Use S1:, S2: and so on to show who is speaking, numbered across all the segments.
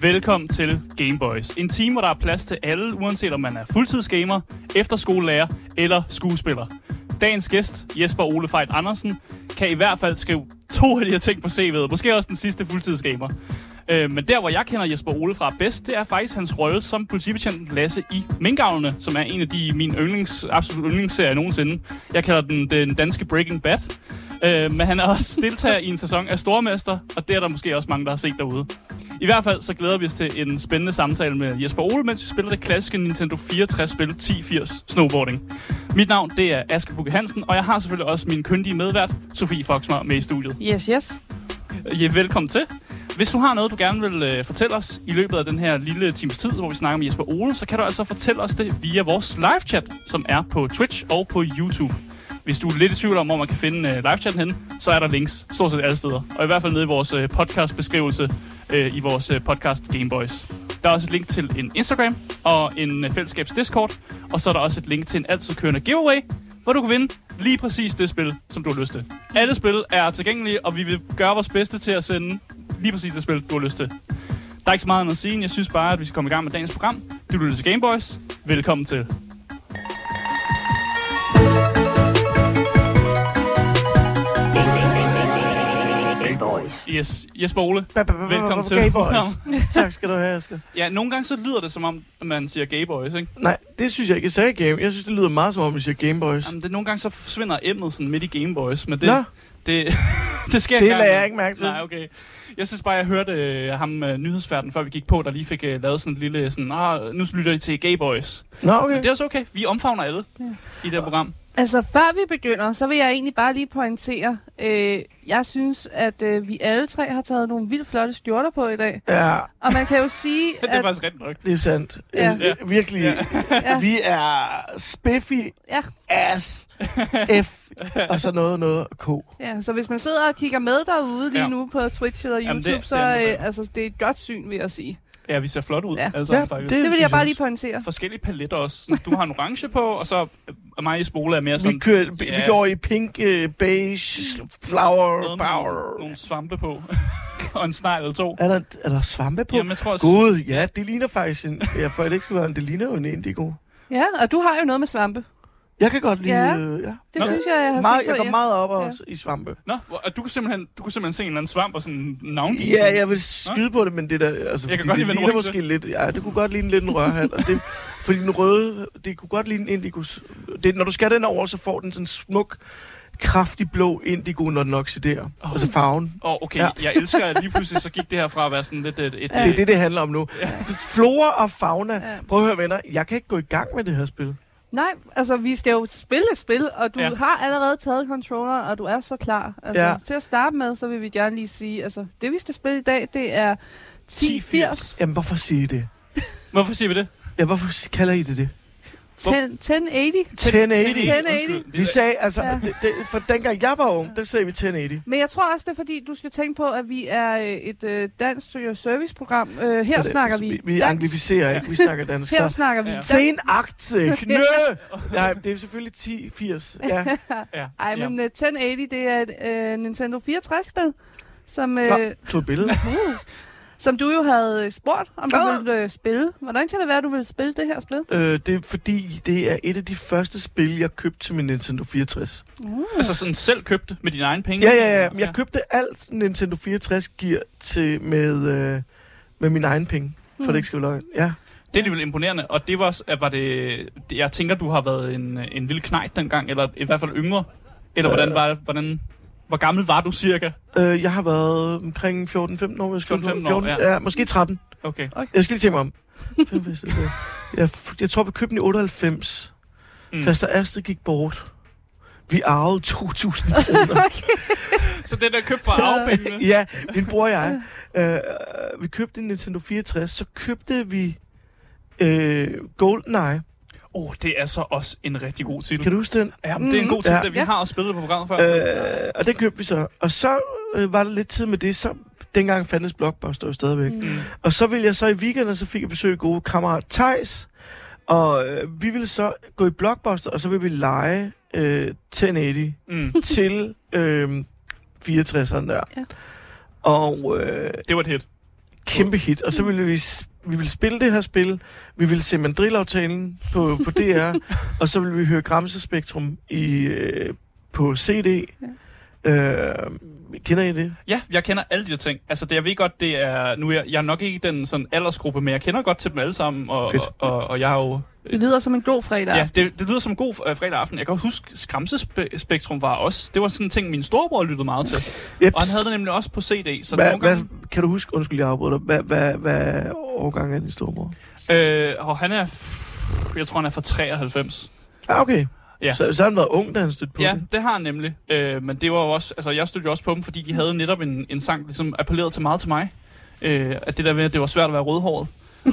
S1: Velkommen til Gameboys. En time, hvor der er plads til alle, uanset om man er fuldtidsgamer, efterskolelærer eller skuespiller. Dagens gæst, Jesper Ole Fejt Andersen, kan i hvert fald skrive to af de her ting på CV'et. Måske også den sidste fuldtidsgamer. Øh, men der, hvor jeg kender Jesper Ole fra bedst, det er faktisk hans rolle som politibetjenten Lasse i Minkavlene, som er en af de mine yndlings, absolut yndlingsserier nogensinde. Jeg kalder den den danske Breaking Bad. Øh, men han er også deltager i en sæson af Stormester, og det er der måske også mange, der har set derude. I hvert fald så glæder vi os til en spændende samtale med Jesper Ole, mens vi spiller det klassiske Nintendo 64-spil 1080 Snowboarding. Mit navn det er Aske Bukke Hansen, og jeg har selvfølgelig også min kyndige medvært, Sofie Foxmar, med i studiet.
S2: Yes, yes.
S1: Ja, velkommen til. Hvis du har noget, du gerne vil øh, fortælle os i løbet af den her lille times tid, hvor vi snakker med Jesper Ole, så kan du altså fortælle os det via vores live-chat, som er på Twitch og på YouTube. Hvis du er lidt i tvivl om, hvor man kan finde øh, live-chatten henne, så er der links stort set alle steder. Og i hvert fald nede i vores øh, podcast-beskrivelse øh, i vores øh, podcast Gameboys. Der er også et link til en Instagram og en øh, fællesskabs Discord. Og så er der også et link til en altid kørende giveaway, hvor du kan vinde lige præcis det spil, som du har lyst til. Alle spil er tilgængelige, og vi vil gøre vores bedste til at sende lige præcis det spil, du har lyst til. Der er ikke så meget andet at sige, end jeg synes bare, at vi skal komme i gang med dagens program. Du lytter til Gameboys. Velkommen til. Yes, Jesper Ole. Velkommen til.
S3: Gay Boys. tak skal du have, Asger.
S1: Ja, nogle gange så lyder det som om, at man siger Gameboys, ikke?
S3: Nej, det synes jeg ikke. Jeg sagde game. Jeg synes, det lyder meget som om, vi siger Game Boys.
S1: Jamen, det, nogle gange så forsvinder emnet sådan midt i Gameboys, men det,
S3: Nå.
S1: det, det sker
S3: Det
S1: en gang
S3: lagde jeg
S1: imellem.
S3: ikke mærke til.
S1: Nej, okay. Jeg synes bare, jeg hørte øh, ham øh, nyhedsverden, før vi gik på, der lige fik øh, lavet sådan en lille sådan, ah, nu lytter I til Gameboys.
S3: Nå,
S1: Men
S3: okay.
S1: det er også okay. Vi omfavner alle ja. i det her program.
S2: Altså, før vi begynder, så vil jeg egentlig bare lige pointere, øh, jeg synes, at øh, vi alle tre har taget nogle vildt flotte skjorter på i dag.
S3: Ja,
S2: Og man kan jo sige,
S1: det er
S2: at...
S1: faktisk rigtigt nok.
S3: det er sandt.
S2: Ja.
S3: Ja. Virkelig.
S2: Ja.
S3: Ja. Vi er spiffy
S2: Ja,
S3: ass F og så noget, noget K.
S2: ja, så hvis man sidder og kigger med derude lige
S1: Ja.
S2: ja. nu på Twitch eller
S1: Jamen, det-
S2: YouTube,
S1: det er
S2: Jamen, det, så
S1: anbefalet.
S2: øh, altså, det er et godt syn, vil jeg sige.
S1: Ja, vi ser flot ud.
S2: Ja.
S1: alle sammen, faktisk.
S2: Det vil jeg
S3: synes
S2: bare lige
S3: også.
S2: pointere.
S1: Forskellige paletter også. Sådan, Du har en orange på, og så øh, mig i spole er mere sådan...
S3: Vi, kører, vi
S1: Ja.
S3: vi går i pink, øh, beige, flower,
S1: noget med
S3: power.
S1: nogle, nogle svampe på. og en snegl eller to.
S3: Er der, er der svampe på?
S1: Jamen, altså- jeg tror, også,
S3: Gud, ja, det ligner faktisk en... Ja, for at det ikke skulle være en, det ligner jo en indigo.
S2: Ja, og du har jo noget med svampe.
S3: Jeg kan godt lide...
S2: Ja.
S3: øh,
S2: Det
S3: ja.
S1: Nå.
S2: Nå. synes jeg, jeg har
S3: Meget,
S2: set
S3: jeg
S2: på
S3: går
S2: jer.
S3: meget op
S2: Ja.
S3: også i svampe.
S1: Nå, hvor- og du kunne simpelthen, du kunne simpelthen se en eller anden svamp og sådan navn.
S3: Ja, jeg vil skyde på det, men det der, altså,
S1: Jeg kan godt
S3: jeg fordi
S1: lide
S3: det
S1: vende
S3: ligner
S1: rundt,
S3: måske lidt, ja, det kunne godt ligne lidt en rørhat, og det, fordi den røde, det kunne godt ligne en indikus. Det, når du skal den over, så får den sådan en smuk, kraftig blå indigo, når den oxiderer.
S1: Åh.
S3: Oh. Altså farven.
S1: Og okay, ja.
S3: Ja.
S1: jeg elsker, at lige pludselig så gik det her fra at være sådan lidt et... et
S3: Ja. Det er det, det handler om nu.
S1: Ja.
S3: Flora og fauna.
S2: Ja.
S3: Prøv at høre, venner, jeg kan ikke gå i gang med det her spil.
S2: Nej, altså vi skal jo spille et spil, og du
S1: Ja.
S2: ja. har allerede taget controlleren, og du er så klar. Altså,
S3: Ja.
S2: ja. Til at starte med, så vil vi gerne lige sige, altså det vi skal spille i dag, det er 1080,
S3: Jamen, hvorfor siger I det?
S1: Hvorfor siger vi det?
S3: Ja, hvorfor kalder I det det?
S2: 10, 1080.
S3: 1080.
S2: 1080.
S1: Undskyld,
S3: Vi
S1: det er-
S3: sagde, altså,
S2: Ja.
S3: ja. det, det, for dengang jeg var ung, der sagde vi 1080.
S2: Men jeg tror også, det er fordi, du skal tænke på, at vi er øh, et øh, dansk serviceprogram. Øh, her
S3: Så-
S2: snakker vi,
S3: Vi
S2: dansk.
S3: anglificerer ikke, vi snakker dansk.
S2: Her
S3: så-
S2: snakker vi
S1: Ja.
S2: dansk.
S3: Sen aktie, knø! Nej, det er selvfølgelig 10-80. Ja.
S1: Ja.
S2: Ej, men øh, 1080, det er et øh, Nintendo 64-spil, som,
S3: Nå,
S2: øh,
S3: tog et billede.
S2: som du jo havde øh, spurgt, om du
S3: Nå.
S2: ville øh, spille. Hvordan kan det være, at du vil spille det her spil?
S3: Øh, det er fordi, det er et af de første spil, jeg købte til min Nintendo 64.
S1: Altså sådan selv købte med dine egne penge?
S3: Ja, ja, ja. Men jeg købte alt Nintendo 64 gear til med, øh, med min egen penge.
S2: Mm.
S3: For det ikke skal være løgn. Ja.
S1: Det er alligevel imponerende, og det var, også- at var det, det- jeg tænker, du har været en, en lille knejt dengang, eller i hvert fald yngre. Eller hvordan var hvordan, hvor gammel var du cirka?
S3: Øh, jeg har været omkring 14-15 år. hvis jeg skal-
S1: 14-15 år, ja.
S3: ja. Måske 13.
S1: Okay.
S3: Jeg skal lige tænke mig om. jeg, jeg tror, vi købte den i 98.
S1: Mm.
S3: Mm. Faster Astrid gik bort. Vi arvede 2.000 kroner.
S1: Så den der købt for
S3: Øh.
S1: arvepengene?
S3: Ja, min bror og jeg. Øh, vi købte en Nintendo 64, så købte vi øh, GoldenEye.
S1: Åh, oh, det er så også en rigtig god titel.
S3: Kan du huske den?
S1: Ja, men det er en god titel,
S3: Ja.
S1: ja. vi
S2: Ja.
S1: har også spillet det på programmet før.
S3: Øh, og den købte vi så. Og så øh, var der lidt tid med det, så dengang fandtes Blockbuster jo stadigvæk.
S2: Mm.
S1: Mm.
S3: Og så ville jeg så i weekenden, så fik jeg besøg af gode kammerat Tejs. Og øh, vi ville så gå i Blockbuster, og så ville vi lege øh, 1080.
S1: Mm.
S3: til øh, 64'eren der.
S2: Ja.
S3: Og øh,
S1: Det var et hit.
S3: kæmpe hit, og så ville vi, s- vi ville spille det her spil, vi ville se mandrilaftalen på, på DR, og så ville vi høre Gramsespektrum i, øh, på CD. Ja. Øh, kender I det?
S1: Ja, jeg kender alle de der ting. Altså, det, jeg ved godt, det er... Nu er jeg, jeg er nok ikke i den sådan aldersgruppe, men jeg kender godt til dem alle sammen, og,
S3: Fedt.
S1: og, og, og jeg har jo...
S2: Det lyder som en god fredag.
S1: Ja, det, det lyder som en god øh, fredag aften. Jeg kan også huske, Skramsespektrum var også... Det var sådan en ting, min storebror lyttede meget til.
S3: Jeps.
S1: Og han havde det nemlig også på CD, så
S3: Hva,
S1: nogle gange...
S3: hvad, kan du huske, undskyld, jeg afbryder dig, hvad, hvad, hvad årgang er din stormor?
S1: Øh, og han er... f- Jeg tror, han er fra 93.
S3: Ah, okay.
S1: Ja.
S3: Ja. Så, så har han været ung, da han stødte på
S1: Ja,
S3: det.
S1: det har han nemlig. Øh, men det var jo også... Altså, jeg stødte jo også på dem, fordi de havde netop en, en sang, der ligesom appellerede til meget til mig. Øh, at det der med, at det var svært at være rødhåret.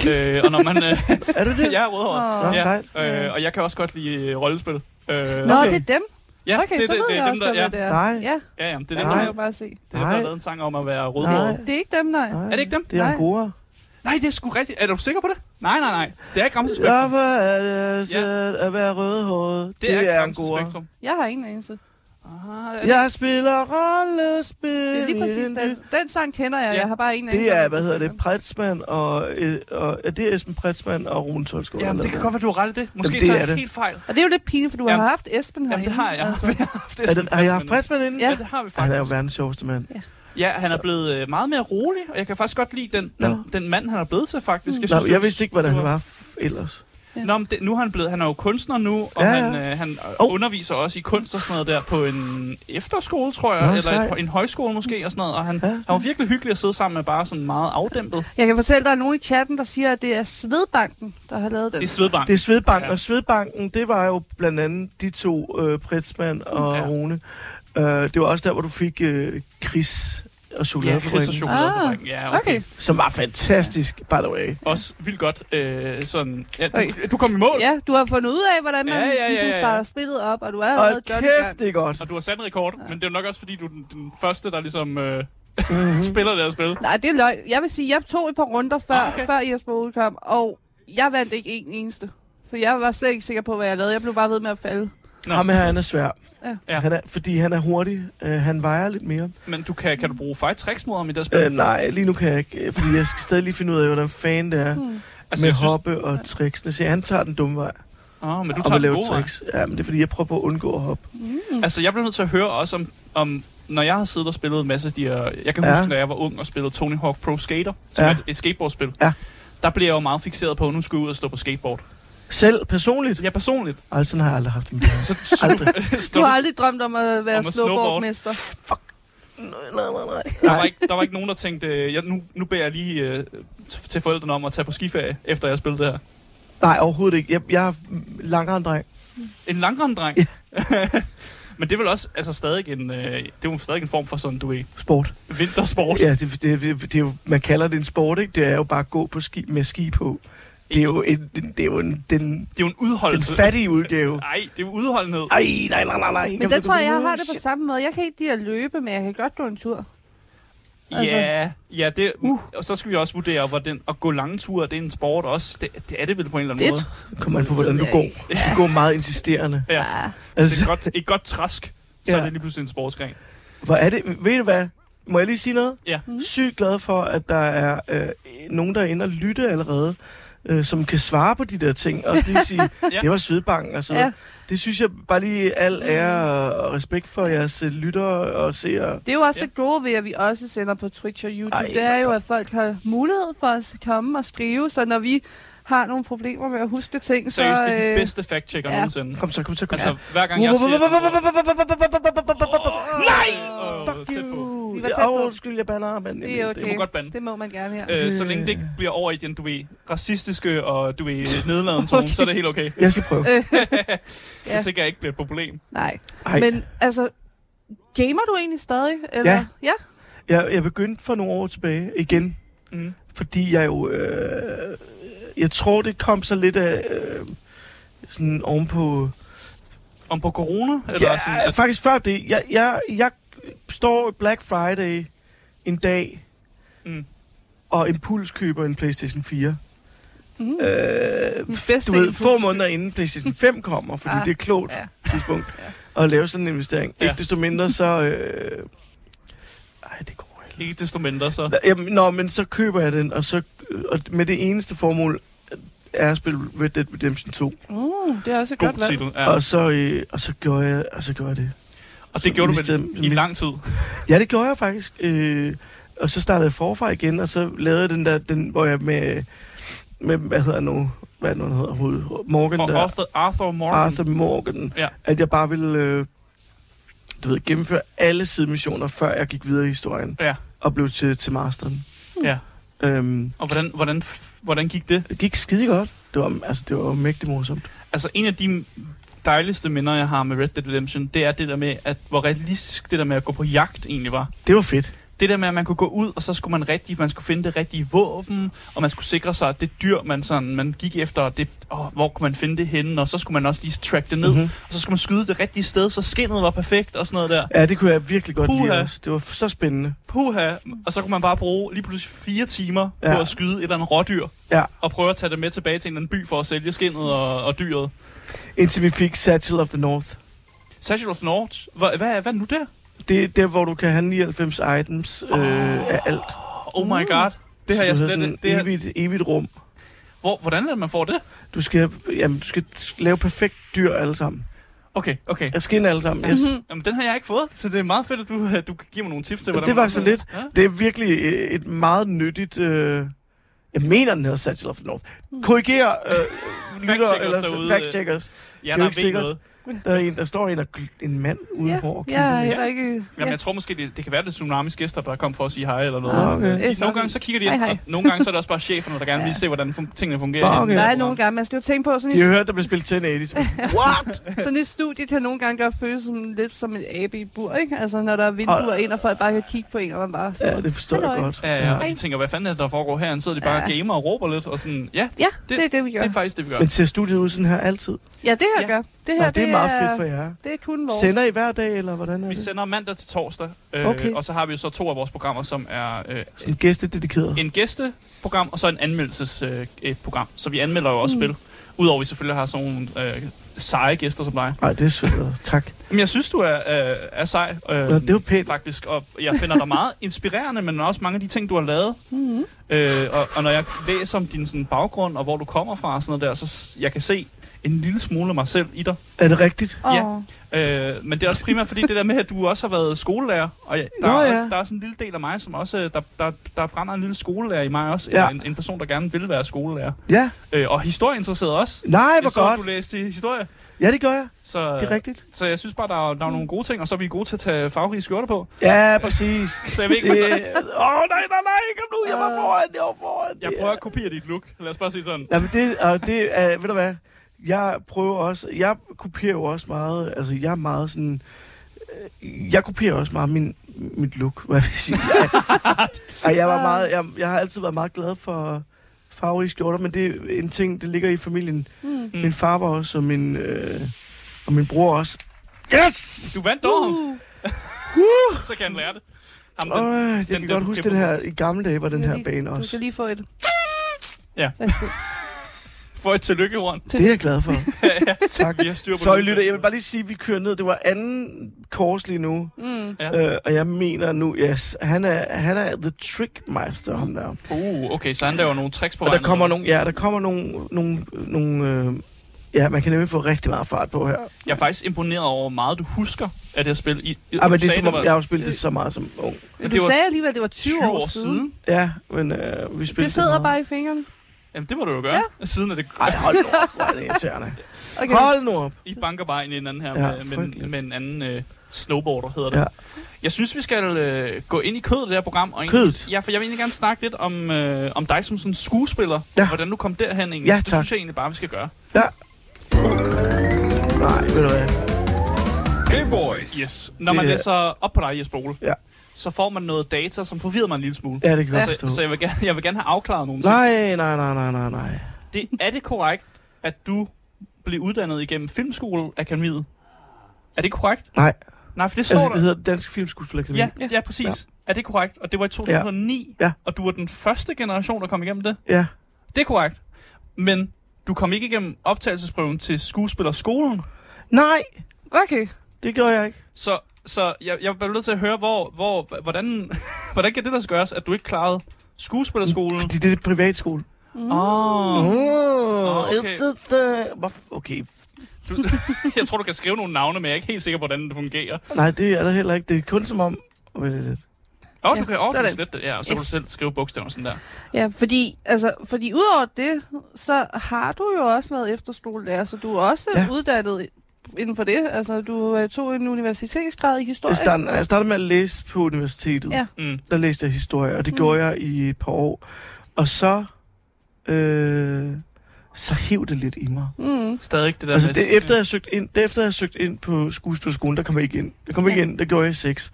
S1: øh, og når man... Øh,
S3: Er du det?
S1: jeg er rødhåret.
S3: Nå,
S2: Åh.
S1: Ja.
S3: ja. sejt.
S1: Øh, og jeg kan også godt lide øh, rollespil. Øh,
S2: Nå,
S3: Okay.
S2: det er dem.
S1: ja,
S2: Okay, så ved jeg
S1: dem,
S2: også
S1: der,
S2: godt,
S1: ja,
S2: hvad det er.
S3: Nej.
S2: Ja,
S1: ja, ja, det er
S2: det
S1: dem,
S3: Nej.
S2: kan
S1: der,
S2: jeg jo bare se.
S1: det er dem, der har
S3: Nej.
S1: lavet en sang om at være
S3: Nej.
S1: rødhåret.
S2: Det er ikke dem, nej.
S1: Er det ikke dem?
S3: Det er
S2: Nej.
S3: Angora.
S1: Nej, det er sgu rigtigt. Er du sikker på det? Nej, nej, nej. Det er ikke Ramsespektrum.
S3: Hvorfor er det så at være rødhåret?
S1: det er ikke
S3: Angora.
S1: Ramsespektrum.
S2: Jeg har ingen anelse.
S1: Ah, er det-
S3: Jeg spiller rollespil.
S2: Det er lige præcis den. Den sang kender jeg,
S1: Ja.
S2: jeg har bare ingen anelse.
S3: Det
S2: om,
S3: er,
S2: hvem
S3: hvad
S2: der
S3: hedder
S2: synger
S3: det, Pretzmann og, øh, og ja, det er Esben Pretzmann og Rune Tolskov.
S1: Jamen, det kan godt være, du har ret i det. Måske
S3: Jamen, det
S1: tager
S3: er
S1: jeg
S3: det.
S1: helt fejl.
S2: den. Og det er jo lidt pinligt, for du
S1: Jamen,
S2: har haft Esben herinde.
S1: Jamen, det har jeg. Altså. jeg har haft
S3: er det, har jeg haft Pretzmann inden?
S1: Ja.
S2: Ja.
S1: ja, det har vi
S3: Han er jo
S1: faktisk.
S3: verdens sjoveste mand.
S1: Ja, han er blevet øh, meget mere rolig, og jeg kan faktisk godt lide den,
S3: Nå.
S1: den, den mand, han er blevet til, faktisk.
S2: Mm.
S3: Nå,
S1: det-
S3: jeg vidste ikke, hvordan han var f- ellers.
S1: Nå, men det, nu er han blevet, han er jo kunstner nu, og ja,
S3: Ja,
S1: ja.
S3: ja.
S1: han, øh, han øh,
S3: Oh.
S1: underviser også i kunst og sådan noget der på en efterskole, tror jeg,
S3: Nå,
S1: eller et,
S3: sejt.
S1: en højskole måske og sådan noget, og han,
S3: Ja.
S1: han var virkelig hyggelig at sidde sammen med, bare sådan meget afdæmpet.
S2: Jeg kan fortælle, der er nogen i chatten, der siger, at det er Svedbanken, der har lavet den.
S1: Det er Svedbank.
S3: Det er Svedbanken,
S1: Ja.
S3: ja. og Svedbanken, det var jo blandt andet de to, øh, Pretzmann og
S1: Ja.
S3: ja. Rune. Øh, det var også der, hvor du fik øh, Chris og
S1: Ja, Chris og
S3: Chokoladefabrikken,
S1: Chokoladefabrikken.
S3: Ah,
S1: Ja, okay.
S2: Okay.
S3: som var fantastisk, by the way.
S1: Også vildt godt. Øh, sådan, ja, du,
S2: Okay.
S1: du kom i mål, ja.
S2: Ja, du har fundet ud af, hvordan man
S1: Ja,
S2: ja,
S1: ja, ja,
S2: ligesom
S1: ja.
S2: starter spillet op, og du er
S3: Og
S2: allerede godt i gang.
S3: kæft, det er godt.
S1: og du har sat en rekord, ja. men det er jo nok også, fordi du er den, den første, der ligesom øh,
S3: Mhm.
S1: spiller det her spil.
S2: Nej, det er løgn. Jeg vil sige, jeg tog et par runder før,
S1: Ah, okay.
S2: okay. før Jesper udkom, og jeg vandt ikke en eneste. For jeg var slet ikke sikker på, hvad jeg lavede. Jeg blev bare ved med at falde.
S1: Nå.
S3: Ham her, han er svær.
S2: Ja.
S1: Ja.
S3: Han er, fordi han er hurtig. Øh, han vejer lidt mere.
S1: Men du kan, kan du bruge fight tricks mod ham i det her spil? Altså,
S3: Øh, nej, lige nu kan jeg ikke, øh, fordi jeg skal stadig lige finde ud af, hvordan fanden det er hmm.
S2: Hmm.
S1: altså,
S3: med
S1: jeg synes,
S3: hoppe og tricksene. Se, han tager den dumme vej
S1: åh, men du
S3: og
S1: tager
S3: vil
S1: den
S3: lave
S1: gode vej.
S3: tricks. Ja, men det er, fordi jeg prøver på at undgå at hoppe.
S1: Altså, jeg bliver nødt til at høre også om, om når jeg har siddet og spillet en masse af de her... Jeg kan
S3: Ja.
S1: huske, da jeg var ung og spillede Tony Hawk Pro Skater, som
S3: Ja.
S1: er et- et skateboardspil.
S3: Ja.
S1: Der blev jeg jo meget fixeret på, at nu skal jeg ud og stå på skateboard.
S3: Selv personligt?
S1: Ja, personligt.
S3: Ej, sådan har jeg aldrig haft en plan.
S1: Så, så,
S3: Aldrig.
S2: Du har aldrig drømt om at være
S1: Om at
S2: snowboardmester.
S3: Nej, nej, nej,
S1: der,
S3: nej.
S1: var
S3: nej.
S1: ikke, der var ikke nogen, der tænkte, øh, jeg, nu, nu beder jeg lige øh, t- til forældrene om at tage på skiferie, efter jeg har spillet det her.
S3: Nej, overhovedet ikke. Jeg, jeg er mm, langere end dreng.
S1: En langrendreng. Men det er vel også altså, stadig en, øh, det er jo stadig en form for sådan, du ved,
S3: Sport.
S1: vintersport.
S3: Ja, det, det, det, det er jo, man kalder det en sport, ikke? Det er jo bare at gå på ski, med ski på. Det er jo, en, det er jo en,
S1: Det
S3: den,
S1: er jo en
S3: den
S1: udholdelse.
S3: fattige udgave.
S1: Nej, det er jo udholdenhed.
S3: Ej, nej, nej, nej, nej.
S2: Men der tror jeg, jeg har det på samme måde. Jeg kan ikke lide at løbe, men jeg kan godt gå en tur. Altså-
S1: Ja, ja det, uh. og så skal vi også vurdere, hvor den, at gå lange ture, det er en sport også. Det, det er det vel på en eller anden
S2: Det
S1: måde.
S3: Kommer an på, hvordan du
S2: ved jeg
S3: går. Du går meget insisterende.
S1: Ja.
S2: Ah,
S1: Det er
S3: Altså,
S1: et godt, et godt træsk, så
S3: Ja.
S1: er det lige pludselig en sportsgren.
S3: hvor er det? Ved du hvad? Må jeg lige sige noget?
S1: Ja.
S2: Mhm.
S3: Sygt glad for, at der er øh, nogen, der er inde og lytte allerede, øh, som kan svare på de der ting. Og lige sige,
S1: Ja.
S3: ja. det var Svedbanken og sådan
S2: ja.
S3: ja. Det synes jeg bare lige
S2: Mm.
S3: al ære og- og respekt for jeres øh, lyttere og seere.
S2: Det er jo også
S1: Ja.
S2: ja. det gode ved, at vi også sender på Twitch og YouTube.
S3: Ej,
S2: Ej, det er jo, at folk har mulighed for at komme og skrive, så når vi har nogle problemer med at huske ting, så...
S1: Seriøst, det er de
S2: øh,
S1: bedste fact-checker
S2: ja.
S1: nogensinde.
S3: Kom så, kom så, kom så.
S1: Altså, hver gang jeg siger...
S3: Nej!
S1: Åh,
S3: Fuck
S1: tæt på.
S3: you!
S2: Vi var tæt på.
S3: Åh, Undskyld, jeg banner, men...
S2: Det er
S3: jamen,
S2: okay.
S1: Det må godt bande.
S2: Det må man gerne her.
S1: Øh, så længe det ikke bliver over i den, du ved, racistiske og du ved, nedladende tone,
S2: Okay.
S1: så er det helt okay.
S3: Jeg skal prøve.
S1: Ja. Det tænker jeg ikke bliver et problem.
S2: Nej.
S3: Ej.
S2: Men altså, gamer du egentlig stadig? Eller?
S3: Ja.
S2: ja.
S3: Jeg, jeg begyndte for nogle år tilbage igen,
S1: Mm.
S3: fordi jeg jo... Øh, jeg tror, det kom så lidt af... Øh, sådan ovenpå...
S1: Om på corona? Eller
S3: Ja,
S1: sådan, at,
S3: faktisk før det. Jeg, jeg, jeg står Black Friday en dag,
S1: mm,
S3: og Impuls køber en PlayStation 4.
S2: Mm.
S3: Øh,
S2: bedste
S3: du ved,
S2: Impuls.
S3: få måneder inden PlayStation 5 kommer, fordi
S2: Ah,
S3: det er klogt
S2: ja.
S3: tidspunkt at lave sådan en investering.
S1: Ja.
S3: Ikke desto mindre, så... Øh, ej, det går heller
S1: Ikke desto mindre, så.
S3: Nå, Jamen, nå, men så køber jeg den, og, så, øh, og med det eneste formål øh, er at spille Red Dead Redemption 2.
S2: Mm, det er også et godt
S1: God
S2: valg.
S1: titel. Ja.
S3: Ja. Og, så, øh, og så gjorde jeg, og så gjorde jeg det.
S1: Og det gjorde du
S3: mistede-
S1: vel i
S3: mist-
S1: lang tid.
S3: Ja, det gjorde jeg faktisk. Øh, og så startede jeg forfra igen, og så lavede jeg den der, den, hvor jeg med, med hvad hedder han nu, hvad er det nu, han hedder hoved, Morgan
S1: Og
S3: der,
S1: Arthur, Arthur Morgan.
S3: Arthur Morgan,
S1: Ja.
S3: at jeg bare ville, øh, du ved, gennemføre alle sidemissioner, før jeg gik videre i historien,
S1: Ja.
S3: og blev til, til masteren.
S1: Ja.
S3: Øhm,
S1: Og hvordan, hvordan, f- hvordan gik det?
S3: det gik skide godt. Det var, altså, det var mægtig morsomt.
S1: Altså, en af de dejligste minder, jeg har med Red Dead Redemption, det er det der med, at hvor realistisk det der med at gå på jagt egentlig var.
S3: Det var fedt.
S1: Det der med, at man kunne gå ud, og så skulle man rigtig, man skulle finde det rigtige våben, og man skulle sikre sig, at det dyr, man, sådan, man gik efter, det, åh, hvor kunne man finde det henne, og så skulle man også lige track det ned, mm-hmm.
S3: Mhm.
S1: og så skulle man skyde det rigtige sted, så skinnet var perfekt og sådan noget der.
S3: Ja, det kunne jeg virkelig godt
S1: Puha.
S3: lide også. Det var f- så spændende.
S1: Puha, og så kunne man bare bruge lige pludselig fire timer ja. på
S3: Ja.
S1: at skyde et eller andet rådyr,
S3: Ja.
S1: og prøve at tage det med tilbage til en eller anden by for at sælge skinnet og, og dyret.
S3: Indtil vi fik Satchel of the North.
S1: Satchel of North, hvad, hvad, er- hvad er nu der?
S3: Det er der, hvor du kan have 99 items øh, af alt.
S1: Oh my god. Det
S3: Mm. Så
S1: har jeg
S3: du
S1: slet
S3: sådan
S1: ikke. Det her,
S3: evigt, evigt rum.
S1: hvor, hvordan er det, man får det?
S3: Du skal, jamen, du skal lave perfekt dyr alle sammen.
S1: Okay, okay.
S3: Jeg skinner alle sammen, yes.
S2: Mhm.
S1: Jamen, den har jeg ikke fået, så det er meget fedt, at du, du giver mig nogle tips til,
S3: Jamen,
S1: hvordan
S3: det
S1: man
S3: var så
S1: får det.
S3: lidt.
S1: Ja.
S3: Det er virkelig øh, et meget nyttigt... Øh, jeg mener, den hedder Satchel of the North. Korriger øh, lytter,
S1: Fact-checkers
S3: eller
S1: derude,
S3: fact-checkers.
S1: Ja,
S3: Det er jo
S1: der er
S3: ikke sikkert.
S1: noget.
S3: Der, er en, der står en, og gl- en mand uden
S2: Ja,
S3: hår. og kigger
S2: jeg er
S3: ned.
S2: heller ikke...
S1: Jamen,
S2: Ja.
S1: jeg tror måske, det, det kan være, det er tsunamis gæster, der kom for at sige hej eller noget.
S3: Ah, okay.
S1: De-
S3: Eh,
S1: Nogle
S2: sorry.
S1: gange så kigger de,
S2: Hej,
S1: hej, hej.
S2: hej.
S1: og nogle gange så er det også bare cheferne, der gerne vil
S2: Ja.
S1: se, hvordan fun- tingene fungerer.
S3: Nå,
S1: i
S3: okay.
S1: den
S2: Der er
S1: program.
S2: nogle gange, man skal jo tænke på sådan
S3: De har
S2: et,
S3: hørt, der blev spillet 1080. What?
S2: sådan et studie, kan nogle gange gøre føles som, lidt som en abe i bur, ikke? Altså, når der er vinduer
S3: Og-
S2: ind, og folk bare kan kigge på en, og man bare... Sådan,
S3: ja, det forstår jeg
S2: Halløj.
S3: godt.
S1: Ja, ja, og
S2: Hej.
S1: de tænker, hvad fanden er det, der foregår her? Så sidder de bare og
S2: Ja.
S1: gamer og råber lidt, og sådan, ja,
S2: ja,
S1: det-
S2: det, det, er det, vi gør.
S1: det er faktisk det, vi gør.
S3: Men ser studiet ud sådan her altid?
S2: Ja, det her
S1: Ja.
S2: gør. Det
S3: Nå,
S2: her,
S3: det er meget fedt for jer.
S2: Det er kun vores.
S3: Sender I hver dag, eller hvordan er
S1: Vi
S3: det?
S1: sender mandag til torsdag, øh,
S3: Okay.
S1: og så har vi jo så to af vores programmer, som er øh,
S3: Sådan gæstededikeret.
S1: en gæsteprogram, og så en anmeldelsesprogram. Øh, et program. så vi anmelder jo også mm.
S2: Mm.
S1: spil. Udover at vi selvfølgelig har sådan nogle øh, seje gæster som dig.
S3: Nej, det er sødt. Tak.
S1: Men jeg synes, du er, øh, er sej. Øh,
S3: Nå, det var pænt.
S1: Faktisk, og jeg finder dig meget inspirerende, men også mange af de ting, du har lavet.
S2: Mm-hmm.
S1: Øh, og, og når jeg læser om din sådan, baggrund, og hvor du kommer fra og sådan noget der, så s- jeg kan se en lille smule af mig selv i dig.
S3: Er det rigtigt?
S1: Ja. Øh, men det er også primært fordi det der med, at du også har været skolelærer, og jeg- der,
S3: Nå,
S1: er
S3: ja.
S1: også, der er også en lille del af mig, som også, øh, der, der, der brænder en lille skolelærer i mig også,
S3: Ja.
S1: ja. en, en person, der gerne vil være skolelærer.
S3: Ja.
S1: Øh, og historieinteresseret også.
S3: Nej, hvor
S1: jeg så, at
S3: godt.
S1: du læste historie.
S3: Ja, det gør jeg.
S1: Så,
S3: Det er rigtigt.
S1: så jeg synes bare, der er, der er nogle gode ting, og så er vi gode til at tage farverige skjorter på.
S3: Ja, præcis.
S1: Så jeg ved ikke,
S3: Øh, Åh,
S1: hvordan-
S3: nej, nej, nej, kom nu, jeg var foran, jeg var foran.
S1: Jeg
S3: Det
S1: prøver
S3: er-
S1: at kopiere dit look. Lad os bare sige sådan.
S3: Jamen, det, og det er, ved du hvad, jeg prøver også, jeg kopierer jo også meget, altså jeg er meget sådan, øh, jeg kopierer også meget min, mit look, hvad jeg vil sige. Jeg, og jeg, var meget, jeg, jeg har altid været meget glad for farverige skjorter, men det er en ting, det ligger i familien.
S2: Mm.
S3: Min far var også, og min, øh, og min bror også. Yes!
S1: Du vandt over ham,
S2: Uh.
S3: Uh.
S1: så kan han lære det. Ham,
S3: Åh,
S1: den,
S3: jeg
S1: den
S3: kan
S1: der,
S3: godt
S1: du
S3: huske
S1: kan
S3: den her, i gamle dage var den
S2: Ja,
S3: her
S2: lige-
S3: bane
S2: Du skal
S3: også.
S2: lige få et...
S1: Ja.
S2: Værsgo.
S1: for et tillykke, Ron.
S3: Det er jeg glad for. tak.
S1: Vi har styr på
S3: Så I
S1: det.
S3: lytter, jeg vil bare lige sige, at vi kører ned. Det var anden kors lige nu.
S2: Mm.
S1: Ja.
S3: Øh, og jeg mener nu, yes, han er, han er the trick master, ham der.
S1: Uh, okay, så han laver nogle tricks på
S3: Og der
S1: vejen.
S3: kommer nogle, ja, der kommer nogle, nogle, nogle øh, ja, man kan nemlig få rigtig meget fart på her.
S1: Jeg er faktisk imponeret over, hvor meget du husker af det her spil. I, i-
S3: Ej, Ah, men
S1: du
S3: det
S1: sagde,
S3: er som om,
S1: var
S3: jeg har jo spillet det så meget som ung.
S1: Men
S2: Du
S1: det var
S2: sagde alligevel, at det var 20,
S1: 20 år siden.
S3: Ja, men øh, vi spillede
S2: Det sidder
S3: meget.
S2: bare i fingrene.
S1: Jamen, det må du jo gøre, ja. siden at det...
S3: Ej, hold nu op, hvor er det irriterende.
S2: Okay.
S3: Hold nu op.
S1: I banker bare ind i en anden her
S3: Ja,
S1: ja, med, med,
S3: frygteligt.
S1: med en anden øh, snowboarder, hedder det. Ja.
S3: Ja.
S1: Jeg synes, vi skal øh, gå ind i kødet af det her program. Og egentlig-
S3: Kødet?
S1: Ja, for jeg vil egentlig gerne snakke lidt om, øh, om dig som sådan skuespiller.
S3: Ja.
S1: Hvordan du kom derhen egentlig.
S3: Ja,
S1: Så det
S3: tak.
S1: synes jeg egentlig bare, vi skal gøre.
S3: Ja. Nej, ved du hvad.
S4: Hey boys!
S1: Yes. Når man
S3: Det er-
S1: læser op på dig, Jesper Ole,
S3: Ja.
S1: så får man noget data, som forvirrer mig en lille smule.
S3: Ja, det kan jeg godt
S1: Så, så
S3: forstå.
S1: jeg, vil gerne, jeg vil gerne have afklaret nogle ting.
S3: Nej, nej, nej, nej, nej, nej.
S1: Det, er det korrekt, at du blev uddannet igennem Filmskoleakademiet? Er det korrekt?
S3: Nej,
S1: Nej, for det står
S3: altså det
S1: der.
S3: hedder Danske Filmskuespillerkademi.
S1: Ja, ja, præcis. Er det korrekt? Og det var i 2009,
S3: Ja.
S1: og du var den første generation, der kom igennem det?
S3: Ja.
S1: Det er korrekt. Men du kom ikke igennem optagelsesprøven til skuespillerskolen,
S3: Nej,
S2: Okay.
S3: det gjorde jeg ikke.
S1: så, Så jeg, jeg bliver nødt til at høre, hvor, hvor, hvordan, hvordan kan det der gøres, at du ikke klarede skuespillerskolen?
S3: Fordi det er privatskole.
S2: Mhm.
S1: Åh, oh,
S3: Oh,
S1: okay.
S3: it's just, uh, hvorf- okay.
S1: jeg tror, du kan skrive nogle navne, men jeg er ikke helt sikker på, hvordan det fungerer.
S3: Nej, det er der heller ikke. Det er kun som om... Vel, lidt.
S1: Åh, oh,
S2: Ja,
S1: du kan også
S2: sådan.
S1: slette det. Ja, og så kan du
S2: Yes.
S1: selv skrive bogstaver sådan der.
S2: Ja, fordi, altså, fordi udover det, så har du jo også været efterskolelærer, så du er også
S3: Ja.
S2: ja. uddannet inden for det. Altså, du øh, tog en universitetsgrad i historie.
S3: Jeg, start, jeg startede med at læse på universitetet.
S2: Ja.
S1: Mm.
S3: Der læste jeg historie, og det
S2: Mm.
S3: mm. gjorde jeg i et par år. Og så... Øh, så hev det lidt i mig.
S2: Mm.
S1: Stadig ikke det der
S3: Altså,
S1: med-
S3: det, efter jeg søgte ind, det, efter jeg søgte ind på skuespilskolen, der kom jeg ikke ind. Jeg kom ikke
S2: Ja.
S3: ind, der gjorde jeg i 6.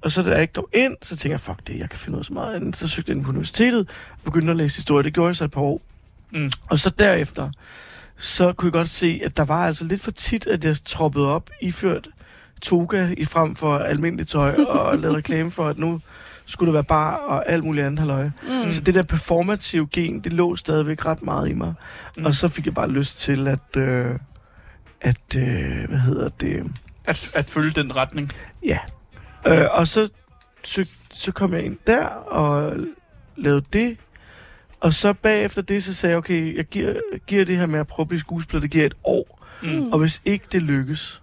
S3: Og så da jeg ikke kom ind, så tænkte jeg, fuck det, jeg kan finde ud af så meget andet. Så søgte jeg ind på universitetet, begyndte at læse historie. Det gjorde jeg så et par år.
S1: Mm.
S3: Og så derefter, så kunne jeg godt se, at der var altså lidt for tit, at jeg troppede op iført toga i frem for almindeligt tøj, og lavede reklame for, at nu skulle der være bar og alt muligt andet halløj.
S2: Mm.
S3: Så det der performative gen, det lå stadigvæk ret meget i mig.
S1: Mm.
S3: Mm. Og så fik jeg bare lyst til at... Øh, at øh, hvad hedder det?
S1: At, at følge den retning.
S3: Ja. Øh, og så, så, så kom jeg ind der og lavede det. Og så bagefter det, så sagde jeg, okay, jeg giver, giver det her med at prøve at blive skuespiller, det giver jeg et år.
S1: Mm.
S2: Mm.
S3: Og hvis ikke det lykkes,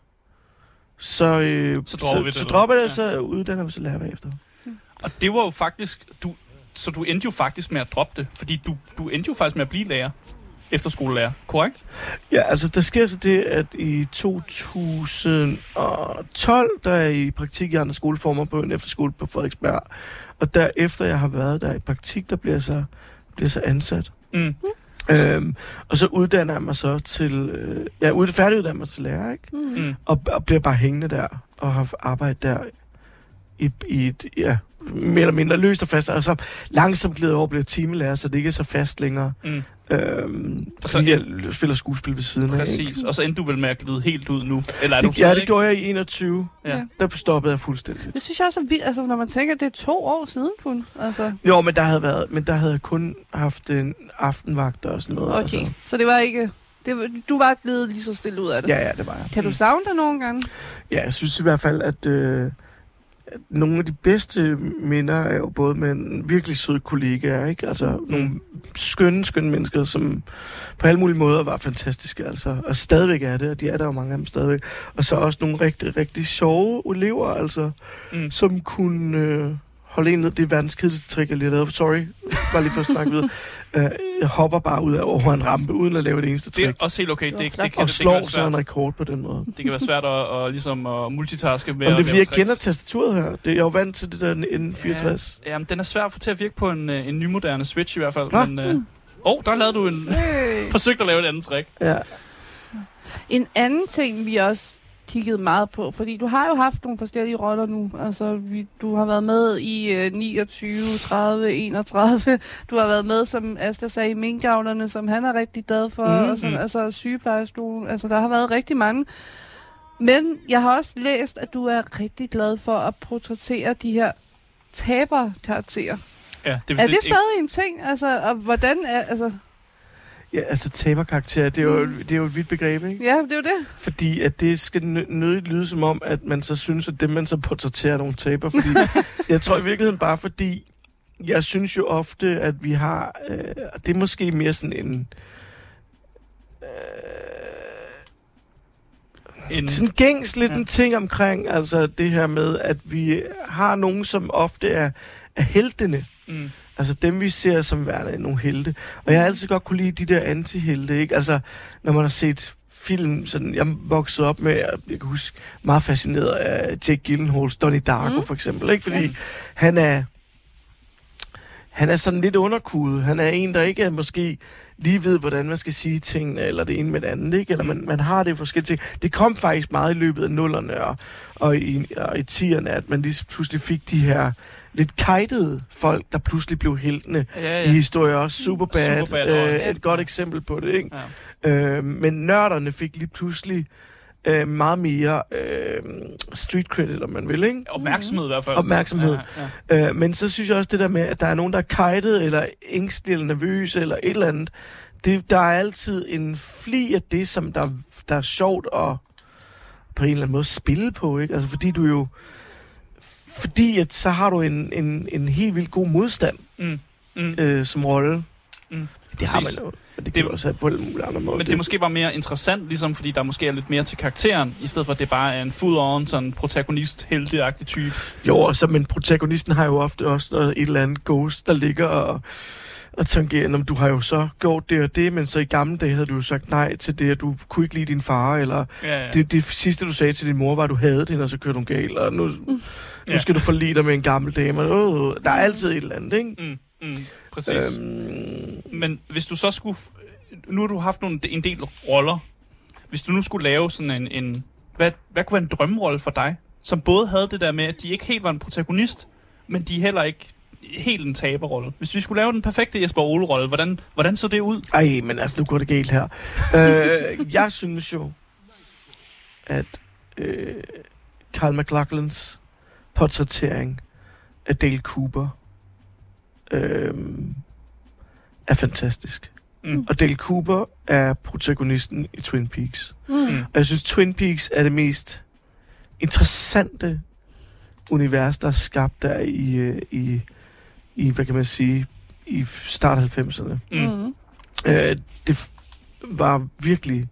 S3: så, øh,
S1: Så dropper vi det,
S3: så, så
S1: eller
S3: dropper jeg
S1: hvad?
S3: det, så uddanner vi så lærer bagefter.
S1: Og det var jo faktisk... Du, så du endte jo faktisk med at droppe det, fordi du, du endte jo faktisk med at blive lærer. Efterskolelærer, korrekt?
S3: Ja, altså der sker så det, at i 2012, der er jeg i praktik i andre skoleformer på en efterskole på Frederiksberg. Og derefter jeg har været der i praktik, der bliver jeg så, bliver jeg så ansat.
S1: Mm.
S3: Øhm, og så uddanner jeg mig så til, øh, jeg ud, færdiguddanner mig til lærer, ikke?
S2: Mm.
S1: Mm.
S3: Og, og bliver bare hængende der, og har arbejdet der i, i et, ja, mere eller mindre løst og fast. Og så langsomt glider jeg over og bliver timelærer, så det ikke er så fast længere.
S1: Mm.
S3: Øhm,
S1: Og så-
S3: så jeg spiller skuespil ved siden af. ikke?
S1: Præcis. Og så endte du vel med at glide helt ud nu? Eller er du
S3: Det, ja,
S1: stadig-
S3: det gjorde jeg i 21.
S1: Ja.
S2: Ja.
S3: Der stoppede jeg fuldstændig.
S2: Det synes jeg også er vildt, altså, når man tænker, at det er to år siden kun. Altså,
S3: Jo, men der havde, været, men der havde jeg kun haft en aftenvagt og sådan noget.
S2: okay.
S3: Altså.
S2: Så det var ikke... Det, var- du var glædet lige så stille ud af det.
S3: Ja, ja, det var jeg.
S2: Kan du savne det nogle gange?
S3: Ja, jeg synes i hvert fald, at, øh, at nogle af de bedste minder er jo både med en virkelig sød kollega, ikke? Altså nogle skønne, skønne mennesker, som på alle mulige måder var fantastiske, altså. Og stadigvæk er det, og de er der jo mange af dem stadigvæk. Og så også nogle rigtig, rigtig sjove elever, altså,
S1: Mm.
S3: mm. som kunne øh, holde en ned. Det er verdens kedeligste trick, jeg lige har lavet. Sorry, bare lige for at snakke videre. Øh, jeg hopper bare ud af over en rampe, uden at lave det eneste
S1: Det
S3: trick.
S1: er også helt okay. Det,
S2: var
S1: det, det,
S2: flot.
S1: det, kan,
S3: og
S1: det, kan
S3: slår
S1: være
S3: så en
S1: svært,
S3: rekord på den måde.
S1: det kan være svært at, at, ligesom at multitaske med
S3: Om det er
S1: at
S3: fordi,
S1: lave
S3: jeg
S1: tricks.
S3: kender tastaturet her. Det, jeg er jo vant til det der N64.
S1: Jamen, den er svær at få til at virke på en, øh, en nymoderne Switch i hvert fald.
S3: Nå.
S1: Men, øh,
S2: Mm.
S1: oh, der lavede du en...
S2: Øh.
S1: Forsøgte at lave et andet trick.
S3: Ja.
S2: En anden ting, vi også kiggede meget på, fordi du har jo haft nogle forskellige roller nu. Altså, vi, du har været med i øh, 29, 30, 31. Du har været med, som Asger sagde, i minkavlerne, som han er rigtig glad for.
S3: Mhm.
S2: Mm-hmm. Og sådan, altså, sygeplejestolen. Altså, der har været rigtig mange. Men jeg har også læst, at du er rigtig glad for at portrættere de her taberkarakterer.
S1: Ja, det,
S2: Er det stadig en ting? Altså, og hvordan er... Altså,
S3: Ja, altså taberkarakter, det er, jo, det er jo et vidt begreb, ikke?
S2: ja, det er jo det.
S3: Mm. Fordi at det skal nø- nødigt lyde som om, at man så synes, at dem man så portrætterer er nogle taber. Fordi jeg tror i virkeligheden bare fordi, jeg synes jo ofte, at vi har, øh, og det er måske mere sådan en,
S1: en,
S3: sådan gængs lidt
S1: Ja.
S3: ja. en ting omkring, altså det her med, at vi har nogen, som ofte er, er heltene.
S1: mm,
S3: Altså dem, vi ser som værende nogle helte. Og jeg har altid godt kunne lide de der antihelte, ikke? Altså, når man har set film, sådan, jeg voksede op med, jeg kan huske, meget fascineret af Jake Gyllenhaals Donnie Darko,
S2: Mm.
S3: mm. for eksempel, ikke? Fordi
S1: Ja.
S3: han er... Han er sådan lidt underkudet. Han er en, der ikke er måske lige ved, hvordan man skal sige tingene, eller det ene med det andet, ikke? Eller man, man har det forskellige ting. Det kom faktisk meget i løbet af nullerne og, og i, og i tierne, at man lige pludselig fik de her lidt kajtede folk, der pludselig blev heltene
S1: ja,
S3: ja. i
S1: ja.
S3: historier også. Superbad,
S1: Superbad
S3: Superbad
S1: og-
S3: øh, et godt eksempel på det, ikke?
S1: ja.
S3: Øh, men nørderne fik lige pludselig øh, meget mere øh, street credit, om man vil, ikke?
S1: Opmærksomhed i hvert fald.
S3: Opmærksomhed.
S1: Ja, ja.
S3: Øh, men så synes jeg også det der med, at der er nogen, der er kajtet, eller ængstelig, eller nervøs, eller et eller andet. Det, der er altid en fli af det, som der, der er sjovt at på en eller anden måde spille på, ikke? Altså fordi du jo... Fordi at så har du en, en, en helt vildt god modstand
S1: Mm. Mm.
S3: øh, som rolle.
S1: Mm.
S3: Det har man
S1: Præcis.
S3: jo, og det kan
S1: Det-
S3: det, også have på alle mulige andre måder.
S1: Men det er måske bare mere interessant, ligesom, fordi der måske er lidt mere til karakteren, i stedet for, at det bare er en full-on, sådan protagonist helteagtig type.
S3: Jo, og så, men protagonisten har jo ofte også noget- et eller andet ghost, der ligger og, og tangerer, om du har jo så gjort det og det, men så i gamle dage havde du jo sagt nej til det, og du kunne ikke lide din far, eller
S1: Ja, ja.
S3: det, det sidste, du sagde til din mor, var, at du havde hende, og så kørte hun galt, og nu, nu
S1: Ja.
S3: skal du forlige dig med en gammel dame. Og, øh, der er altid et eller andet, ikke?
S1: Mm, mm, præcis. Øhm.
S3: Øhm,
S1: Men hvis du så skulle... f- øh, Nu har du haft nogle, en del roller. Hvis du nu skulle lave sådan en... en hvad, hvad kunne være en drømmerolle for dig? Som både havde det der med, at de ikke helt var en protagonist, men de er heller ikke helt en taberrolle. Hvis vi skulle lave den perfekte Jesper Ole-rolle, hvordan, hvordan så det ud?
S3: ej, men altså, nu går det galt her. øh, jeg synes jo, at øh, Karl McLaughlins portrættering af Dale Cooper øh, er fantastisk.
S1: Mm.
S3: Mm. Og Dale Cooper er protagonisten i Twin Peaks.
S2: Mm.
S3: Og jeg synes, Twin Peaks er det mest interessante univers, der er skabt der i, øh, i, i hvad kan man sige, i start 90'erne.
S2: Mm. Mm.
S3: Øh, det f- var virkelig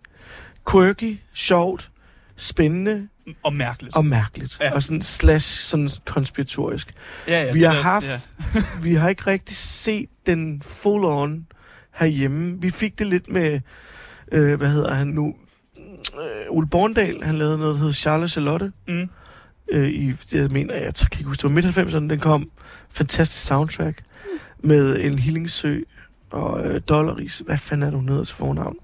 S3: quirky, sjovt, spændende
S1: Mm. Og mærkeligt.
S3: og mærkeligt.
S1: Ja.
S3: Ja. Og sådan slash sådan konspiratorisk.
S1: Ja, ja,
S3: vi
S1: det
S3: har
S1: der-
S3: haft-
S1: Ja.
S3: Vi har ikke rigtig set den full on herhjemme. Vi fik det lidt med, øh, hvad hedder han nu, øh, Ole Borndal, han lavede noget, der hedder Charles Charlotte.
S1: Mm,
S3: øh, i, jeg mener, jeg kan ikke huske, det var midt-90'erne, den kom. Fantastisk soundtrack med en hillingsø og øh, dollaris. Hvad fanden er det, hun hedder til fornavn?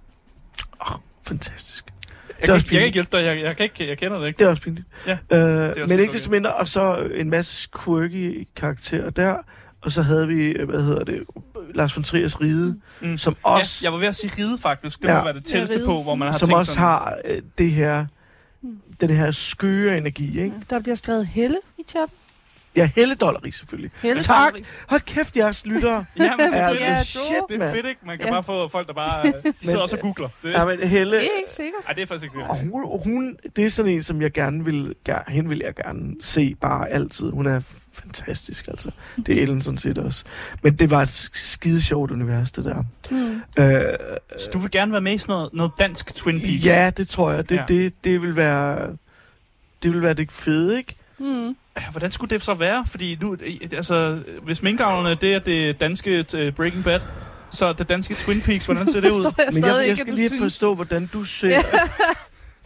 S3: Oh, fantastisk.
S1: jeg,
S3: er
S1: kan,
S3: også
S1: ikke- jeg kan ikke
S3: pinligt.
S1: hjælpe dig, jeg, jeg, kan ikke, jeg kender det ikke.
S3: Det er også pinligt.
S1: Ja,
S3: øh,
S1: også
S3: men
S1: okay.
S3: ikke desto mindre, og så en masse quirky karakterer der. Og så havde vi, øh, hvad hedder det, Lars von Triers Ride,
S1: Mm.
S3: som
S1: Ja,
S3: også,
S1: jeg var ved at sige ride, faktisk. Det ja.
S3: Ja.
S1: må være det tætteste
S2: ride.
S1: på, hvor man har
S3: som
S1: tænkt
S3: også
S1: sådan,
S3: har øh, det her,
S2: Mm.
S3: den her skøre energi, ikke?
S2: Der bliver skrevet Helle i chatten.
S3: Ja, Helle Dollaris selvfølgelig.
S2: Helle
S3: Tak.
S2: Doris.
S3: Hold kæft, jeres lyttere.
S1: Ja, men det,
S3: er
S1: er,
S2: Ja,
S1: fedt.
S3: det
S2: du.
S3: shit,
S1: det er
S3: mand.
S1: fedt, ikke? Man kan ja.
S2: Ja.
S1: bare få folk, der bare... øh, De sidder også og googler. Det,
S3: Ja, men Helle,
S2: Det er ikke sikkert.
S1: ej, det er faktisk ikke
S3: Og hun, hun, det er sådan en, som jeg gerne vil, ger- hende vil jeg gerne se bare altid. Hun er fantastisk, altså. Det er Ellen sådan set også. Men det var et skide sjovt univers, det der.
S2: Mm.
S3: Øh,
S1: Så du vil gerne være med i sådan noget, noget dansk Twin Peaks?
S3: ja, det tror jeg. Det,
S1: Ja.
S3: ja. det, det vil være... Det vil være det fede, ikke?
S2: Mm.
S1: Ja, Hvordan skulle det så være? Fordi nu, øh, altså, hvis minkavlerne, det er det danske øh, Breaking Bad, så det danske Twin Peaks, hvordan ser det ud?
S2: Forstår jeg
S3: Men
S2: stadig
S3: jeg, jeg
S2: ikke,
S3: skal
S2: at du
S3: lige
S2: synes.
S3: forstå, hvordan du ser...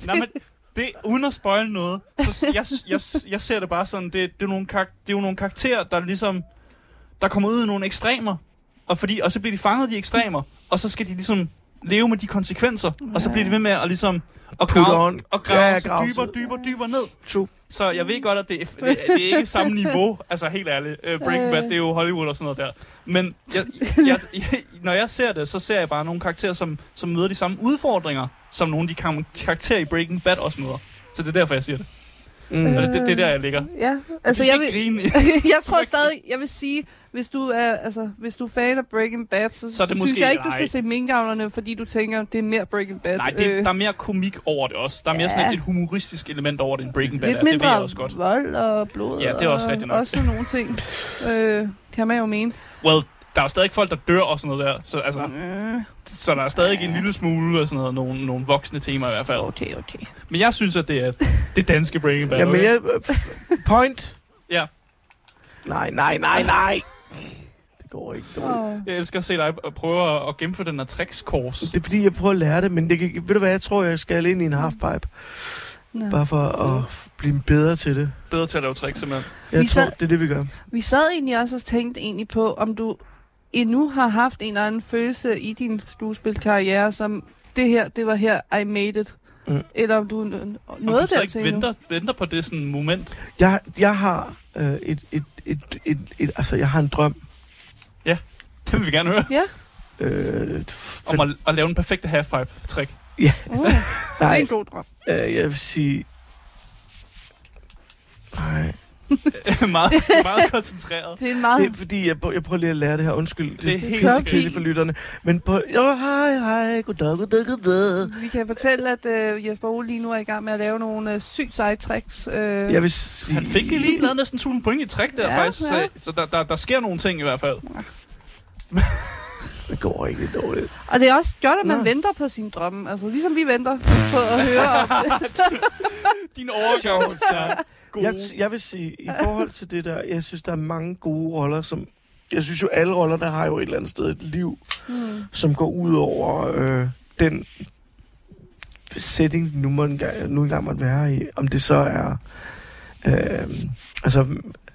S1: Nej, men det, uden at spoil noget, så s- jeg, s- jeg, s- jeg ser det bare sådan, det, det, er nogle karak- det er jo nogle karakterer, der ligesom, der kommer ud i nogle ekstremer, og, fordi, og så bliver de fanget af de ekstremer, og så skal de ligesom leve med de konsekvenser, og så bliver de ved med at ligesom, at
S3: Put
S1: grave,
S3: on.
S1: og grave
S3: Ja, ja,
S1: sig
S3: grave
S1: dybere,
S3: sig.
S1: dybere, dybere ned.
S3: True.
S1: Så jeg ved godt, at det, er- det, er- det er ikke samme niveau, altså helt ærligt. Uh, Breaking Bad, det er jo Hollywood og sådan noget der. Men jeg, jeg, jeg, når jeg ser det, så ser jeg bare nogle karakterer, som, som møder de samme udfordringer, som nogle af de kam- karakterer i Breaking Bad også møder. Så det er derfor, jeg siger det.
S3: Mm.
S1: Øh, det, det er der, jeg ligger.
S2: Ja, altså
S1: skal
S2: jeg
S1: ikke grine.
S2: vil, jeg tror stadig, jeg vil sige, hvis du er, altså, hvis du er fan af Breaking Bad, så,
S1: Så er det
S2: synes
S1: måske-
S2: jeg ikke, du
S1: nej.
S2: skal se Minkavlerne, fordi du tænker, det er mere Breaking Bad.
S1: Nej, det, der er mere komik over det også. Der er mere
S2: Øh, Ja.
S1: sådan et, et humoristisk element over det end Breaking Bad.
S2: lidt
S1: er. det ved jeg
S2: mindre
S1: også godt.
S2: vold og blod
S1: Ja, det er også
S2: og
S1: rigtigt nok.
S2: også nogle ting, øh, kan man jo mene.
S1: Well, der er jo stadig folk, der dør og sådan noget der. Så, altså,
S2: Øh,
S1: så der er stadig en lille smule og sådan noget, nogle, nogle voksne temaer i hvert fald.
S2: Okay, okay.
S1: Men jeg synes, at det er det danske Breaking Bad.
S3: Ja, men
S1: okay?
S3: jeg... Point.
S1: Ja.
S3: Nej, nej, nej, nej. Det går ikke. Det går ikke.
S2: Åh.
S1: Jeg elsker at se dig og prøve at, at gennemføre den her tricks-kurs.
S3: Det er fordi, jeg prøver at lære det, men det kan, ved du hvad, jeg tror, jeg skal ind i en halfpipe.
S2: Nå.
S3: Bare for at f- blive bedre til det.
S1: Bedre til at lave tricks, simpelthen.
S3: Jeg
S2: Vi
S3: tror,
S2: sad-
S3: det er det, vi gør.
S2: Vi sad egentlig også og tænkte egentlig på, om du endnu har haft en eller anden følelse i din skuespilkarriere, som det her, det var her, I made it.
S3: Mm.
S2: Eller om du n-
S1: Om du
S2: nåede
S1: så
S2: der
S1: ikke
S2: til endnu.
S1: venter, venter på det sådan moment.
S3: Jeg, jeg har øh, et, et, et, et, et, altså, jeg har en drøm.
S1: Det vil vi gerne høre.
S3: Øh, f-
S1: Om at, at lave den perfekte halfpipe-trick.
S2: Uh, det er
S3: nej,
S2: en god drøm.
S3: øh, jeg vil sige... Nej,
S1: meget, meget koncentreret.
S2: Det er en
S3: Det er
S1: Ah.
S2: meget...
S3: fordi, jeg, prø- jeg prøver lige at lære det her. Undskyld, det,
S1: Det er
S3: det er
S1: helt
S3: helt
S2: sikkert.
S3: kedeligt for lytterne. Men på... Jo, hej, hej, goddag, goddag, goddag.
S2: Vi kan fortælle, at øh, Jesper Ole lige nu er i gang med at lave nogle øh, sygt seje tricks. Øh,
S3: Jeg vil sige...
S1: Han fik lige lavet næsten 1000 point i træk der,
S2: Ja,
S1: ja, faktisk.
S2: ja.
S1: Ja. Så der, der, der sker nogle ting i hvert fald.
S3: Det går ikke dårligt.
S2: Og det er også godt, at man
S3: Nå.
S2: venter på sine drømme. Altså, ligesom vi venter på at høre om
S1: Din overgang er god.
S3: Jeg, jeg vil sige, i forhold til det der, jeg synes, der er mange gode roller, som... Jeg synes jo, alle roller, der har jo et eller andet sted et liv,
S2: Mm.
S3: som går ud over øh, den setting, nu, man, nu engang måtte være i. Om det så er... Øh, altså,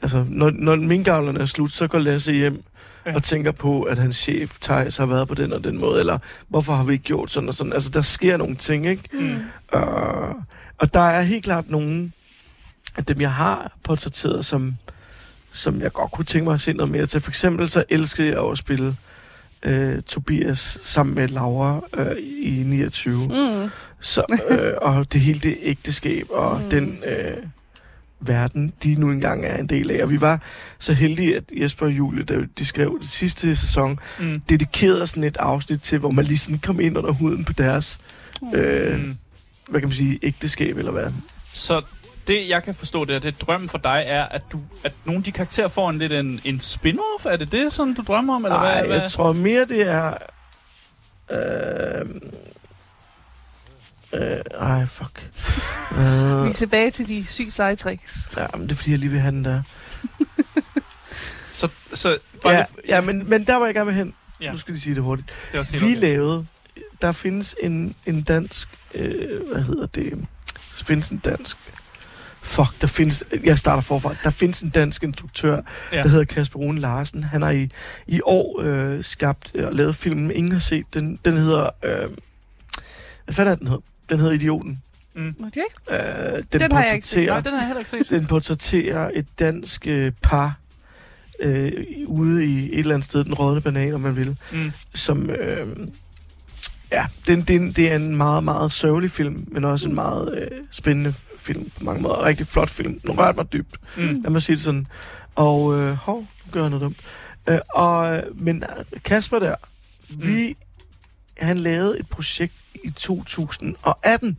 S3: altså når, når minkavlerne er slut, så går Lasse hjem
S1: Ja.
S3: ja. og tænker på, at hans chef, Thijs, har været på den og den måde, eller hvorfor har vi ikke gjort sådan og sådan. Altså, der sker nogle ting, ikke?
S1: Mm.
S3: Øh, og der er helt klart nogen af dem, jeg har portrætteret, som, som jeg godt kunne tænke mig at se noget mere til. For eksempel så elskede jeg jo at spille øh, Tobias sammen med Laura øh, i 29. Mm.
S2: Mm.
S3: Så, øh, og det hele det ægteskab og
S2: Mm.
S3: mm. den øh, verden, de nu engang er en del af. Og vi var så heldige, at Jesper og Julie, da de skrev det sidste sæson,
S1: Mm.
S3: dedikerede sådan et afsnit til, hvor man lige sådan kom ind under huden på deres... Øh,
S1: Mm.
S3: hvad kan man sige, ægteskab eller hvad?
S1: Så det, jeg kan forstå, det er, det drømmen for dig er, at, du, at nogle af de karakterer får en lidt en, en spin-off? Er det det, sådan, du drømmer om? Eller
S3: Nej,
S1: hvad, hvad?
S3: jeg tror mere, det er... Øh, øh, ej, fuck.
S2: Vi er
S3: øh,
S2: tilbage til de sygt seje tricks.
S3: ja, men det er fordi, jeg lige vil have den der.
S1: Så, så bare
S3: Ja,
S1: ja.
S3: ja men, men der var jeg gerne med hen.
S1: Ja.
S3: Ja. Nu skal de sige det hurtigt.
S1: det, det er også helt
S3: Vi
S1: okay.
S3: lavede... Der findes en, en dansk... Øh, hvad hedder det? Der findes en dansk... Fuck, der findes... Jeg starter forfra. Der findes en dansk instruktør,
S1: Ja.
S3: ja. der hedder Kasper Rune Larsen. Han har i, i år øh, skabt øh, og lavet filmen, ingen har set. Den, den hedder... Øh, hvad fanden er den hed? Den hedder Idioten.
S1: Mm,
S2: Okay?
S3: Øh, den,
S2: Den har jeg ikke set.
S3: portrætterer-
S1: Nej, den har jeg heller ikke set.
S3: den portrætterer et dansk øh, par øh, ude i et eller andet sted, den rådne banan, om man vil
S1: Mm.
S3: som... Øh, ja, det, det, det er en meget, meget sørgelig film, men også en meget øh, spændende film på mange måder. Rigtig flot film. Den rørte mig dybt.
S1: Mm.
S3: Lad mig sige det sådan. Og øh, hov, nu gør jeg noget dumt. Øh, og, men øh, Kasper der, vi, han lavede et projekt i 2018.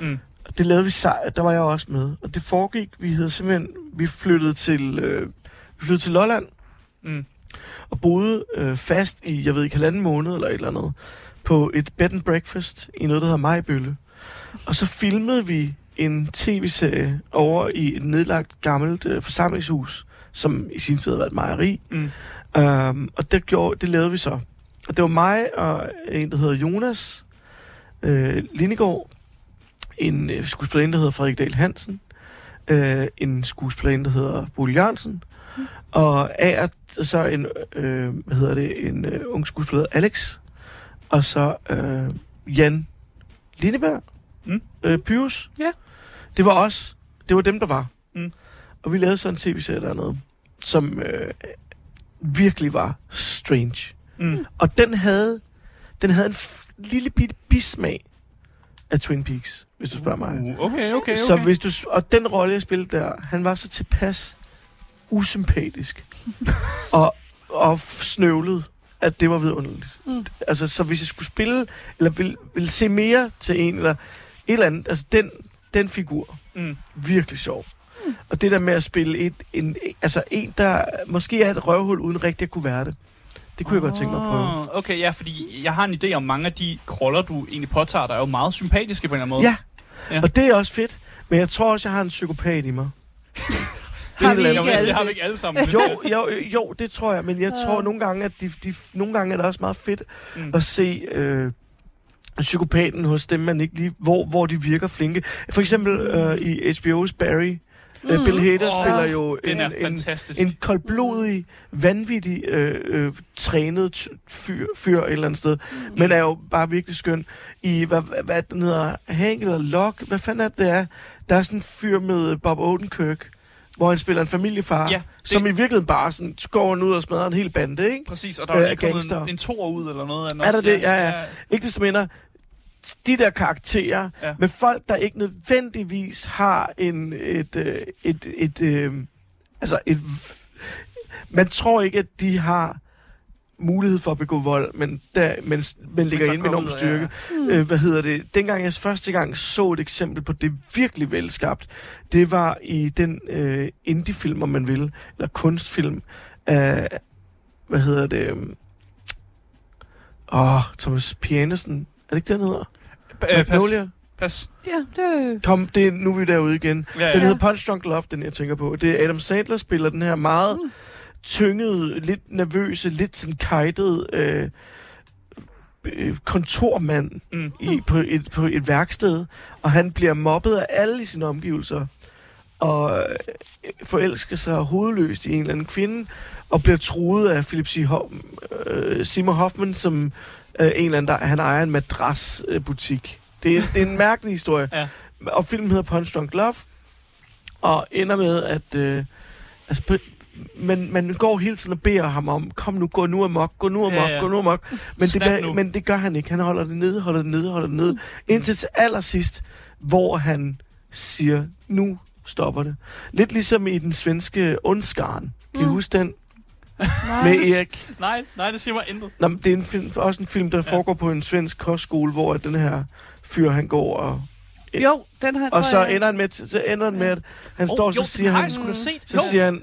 S1: Mm.
S3: Det lavede vi sejr, der var jeg også med. Og det foregik, vi havde simpelthen, vi flyttede til, øh, vi flyttede til Lolland,
S1: Mm.
S3: og boede øh, fast i, jeg ved ikke, halvanden måned eller et eller andet, på et bed and breakfast i noget, der hedder Majbølle. Og så filmede vi en tv-serie over i et nedlagt gammelt øh, forsamlingshus, som i sin tid havde været et mejeri.
S1: Mm.
S3: Um, og det, gjorde, det lavede vi så. Og det var mig og en, der hedder Jonas øh, Lindegård, en øh, skuespillerinde, der hedder Frederik Dahl Hansen, øh, en skuespillerinde, der hedder Bo Jørgensen, og Aert, så en, øh, hvad hedder det, en øh, ung skuespiller, der hedder Alex, og så øh, Jan Lindeberg,
S1: Mm.
S3: mm. øh, Pyrus.
S2: Ja.
S3: Det var os. Det var dem, der var.
S1: Mm.
S3: Og vi lavede så en tv-serie dernede, som øh, virkelig var strange.
S1: Mm.
S3: Og den havde, den havde en f- lille bitte bismag af Twin Peaks, hvis du spørger mig.
S1: Uh, Okay, okay, okay.
S3: Så hvis du, s- og den rolle, jeg spillede der, han var så tilpas usympatisk og, og f- snøvlet, at det var vidunderligt.
S2: Mm.
S3: Mm. Altså, så hvis jeg skulle spille, eller ville, ville se mere til en, eller et eller andet, altså den, den figur,
S1: Mm.
S3: virkelig sjov. Og det der med at spille et, en, altså en, der måske er et røvhul, uden rigtig at kunne være det, det kunne jeg godt tænke mig at prøve.
S1: Åh, Ah, Okay, ja, fordi jeg har en idé om mange af de kroller, du egentlig påtager dig, er jo meget sympatiske på en eller anden måde.
S3: Ja.
S1: Ja.
S3: ja, og det er også fedt, men jeg tror også, jeg har en psykopat i mig.
S2: Har vi
S3: er
S2: ikke
S1: Jeg, jeg,
S2: alle
S1: jeg har
S2: det?
S1: vi ikke alle sammen.
S3: jo, jo, øh, jo, det tror jeg, men jeg
S2: Ja.
S3: tror nogle gange, at de, de, nogle gange er det også meget fedt
S1: Mm.
S3: at se øh, psykopaten hos dem, man ikke lige, hvor, hvor de virker flinke. For eksempel øh, i HBO's Barry. Mm. Øh,
S2: Mm-hmm.
S3: Bill Hader
S1: Åh,
S3: oh, spiller jo
S1: Den
S3: en,
S1: er
S3: en,
S1: fantastisk.
S3: en koldblodig, vanvittig, øh, øh, trænet t- fyr, fyr et eller andet sted, mm. men er jo bare virkelig skøn. I, hvad, hvad, hvad den hedder, Hank eller Locke, hvad fanden er det, det er? Der er sådan en fyr med Bob Odenkirk, hvor han spiller en familiefar,
S1: Ja,
S3: ja,
S1: det-
S3: som i virkeligheden bare sådan går han ud og smadrer en hel bande, ikke?
S1: Præcis, og der er jo
S3: Øh,
S1: lige kommet
S3: gangster.
S1: en, en toer ud eller noget.
S3: Er der det? Ja, ja. Ikke desto mindre, de der karakterer,
S1: Ja.
S3: ja. med folk, der ikke nødvendigvis har en, et, øh, et, et, øh, Altså, et, man tror ikke, at de har mulighed for at begå vold, men, der, men, men ligger
S1: så
S3: inde med enorm
S1: kommet, ja.
S3: styrke.
S2: Mm. Mm-hmm.
S3: Ja. Øh, hvad hedder det? Dengang jeg første gang så et eksempel på det virkelig velskabt, det var i den øh, indie-film, om man vil, eller kunstfilm af, hvad hedder det? øhm, Åh, oh, Thomas Pianesen. Er det ikke den, han hedder?
S1: Øh, pas.
S3: Magnolia?
S1: pas.
S2: Ja, det...
S3: Kom, det, er- nu er vi derude igen.
S1: Ja,
S3: Den
S1: ja.
S2: hed-
S3: hedder Punch Drunk Love, den jeg tænker på. Det er Adam Sandler spiller den her meget
S2: Mm.
S3: tyngede, lidt nervøse, lidt sådan kajtede øh, øh, kontormand
S1: Mm.
S3: i, på, et, på et værksted. Og han bliver mobbet af alle i sine omgivelser. Og øh, forelsker sig hovedløst i en eller anden kvinde. Og bliver truet af Philip C. Ho- øh, Seymour Hoffman, som øh, en eller anden, der, han ejer en madrasbutik. Øh, butik. det, er, det er en mærkelig historie.
S1: Ja.
S3: Og filmen hedder Punch Drunk Love. Og ender med, at... Øh, altså på, men man går hele tiden og beder ham om, kom nu, gå nu amok, gå nu amok,
S1: Ja,
S3: ja,
S1: ja.
S3: ja. gå nu amok. Men det,
S1: Snap
S3: bliver,
S1: nu.
S3: men det gør han ikke. Han holder det nede, holder det nede, holder det nede. Indtil til allersidst, hvor han siger, nu stopper det. Lidt ligesom i den svenske Undskaren. Kan I
S2: Mm.
S3: huske den?
S2: Nej,
S3: Med Erik
S5: Nej, nej, det siger mig intet.
S3: Nå, men det er en film, også en film, der
S5: Ja.
S3: ja. foregår på en svensk kostskole, hvor at den her fyr, han går og...
S2: Jo, den har jeg,
S3: Og så
S2: tror jeg-
S3: ender han med, så ender han med at han står,
S5: Åh,
S3: og så
S5: jo,
S3: siger
S5: den har
S3: han...
S5: jeg sgu da set.
S3: Så
S5: Jo.
S3: siger han,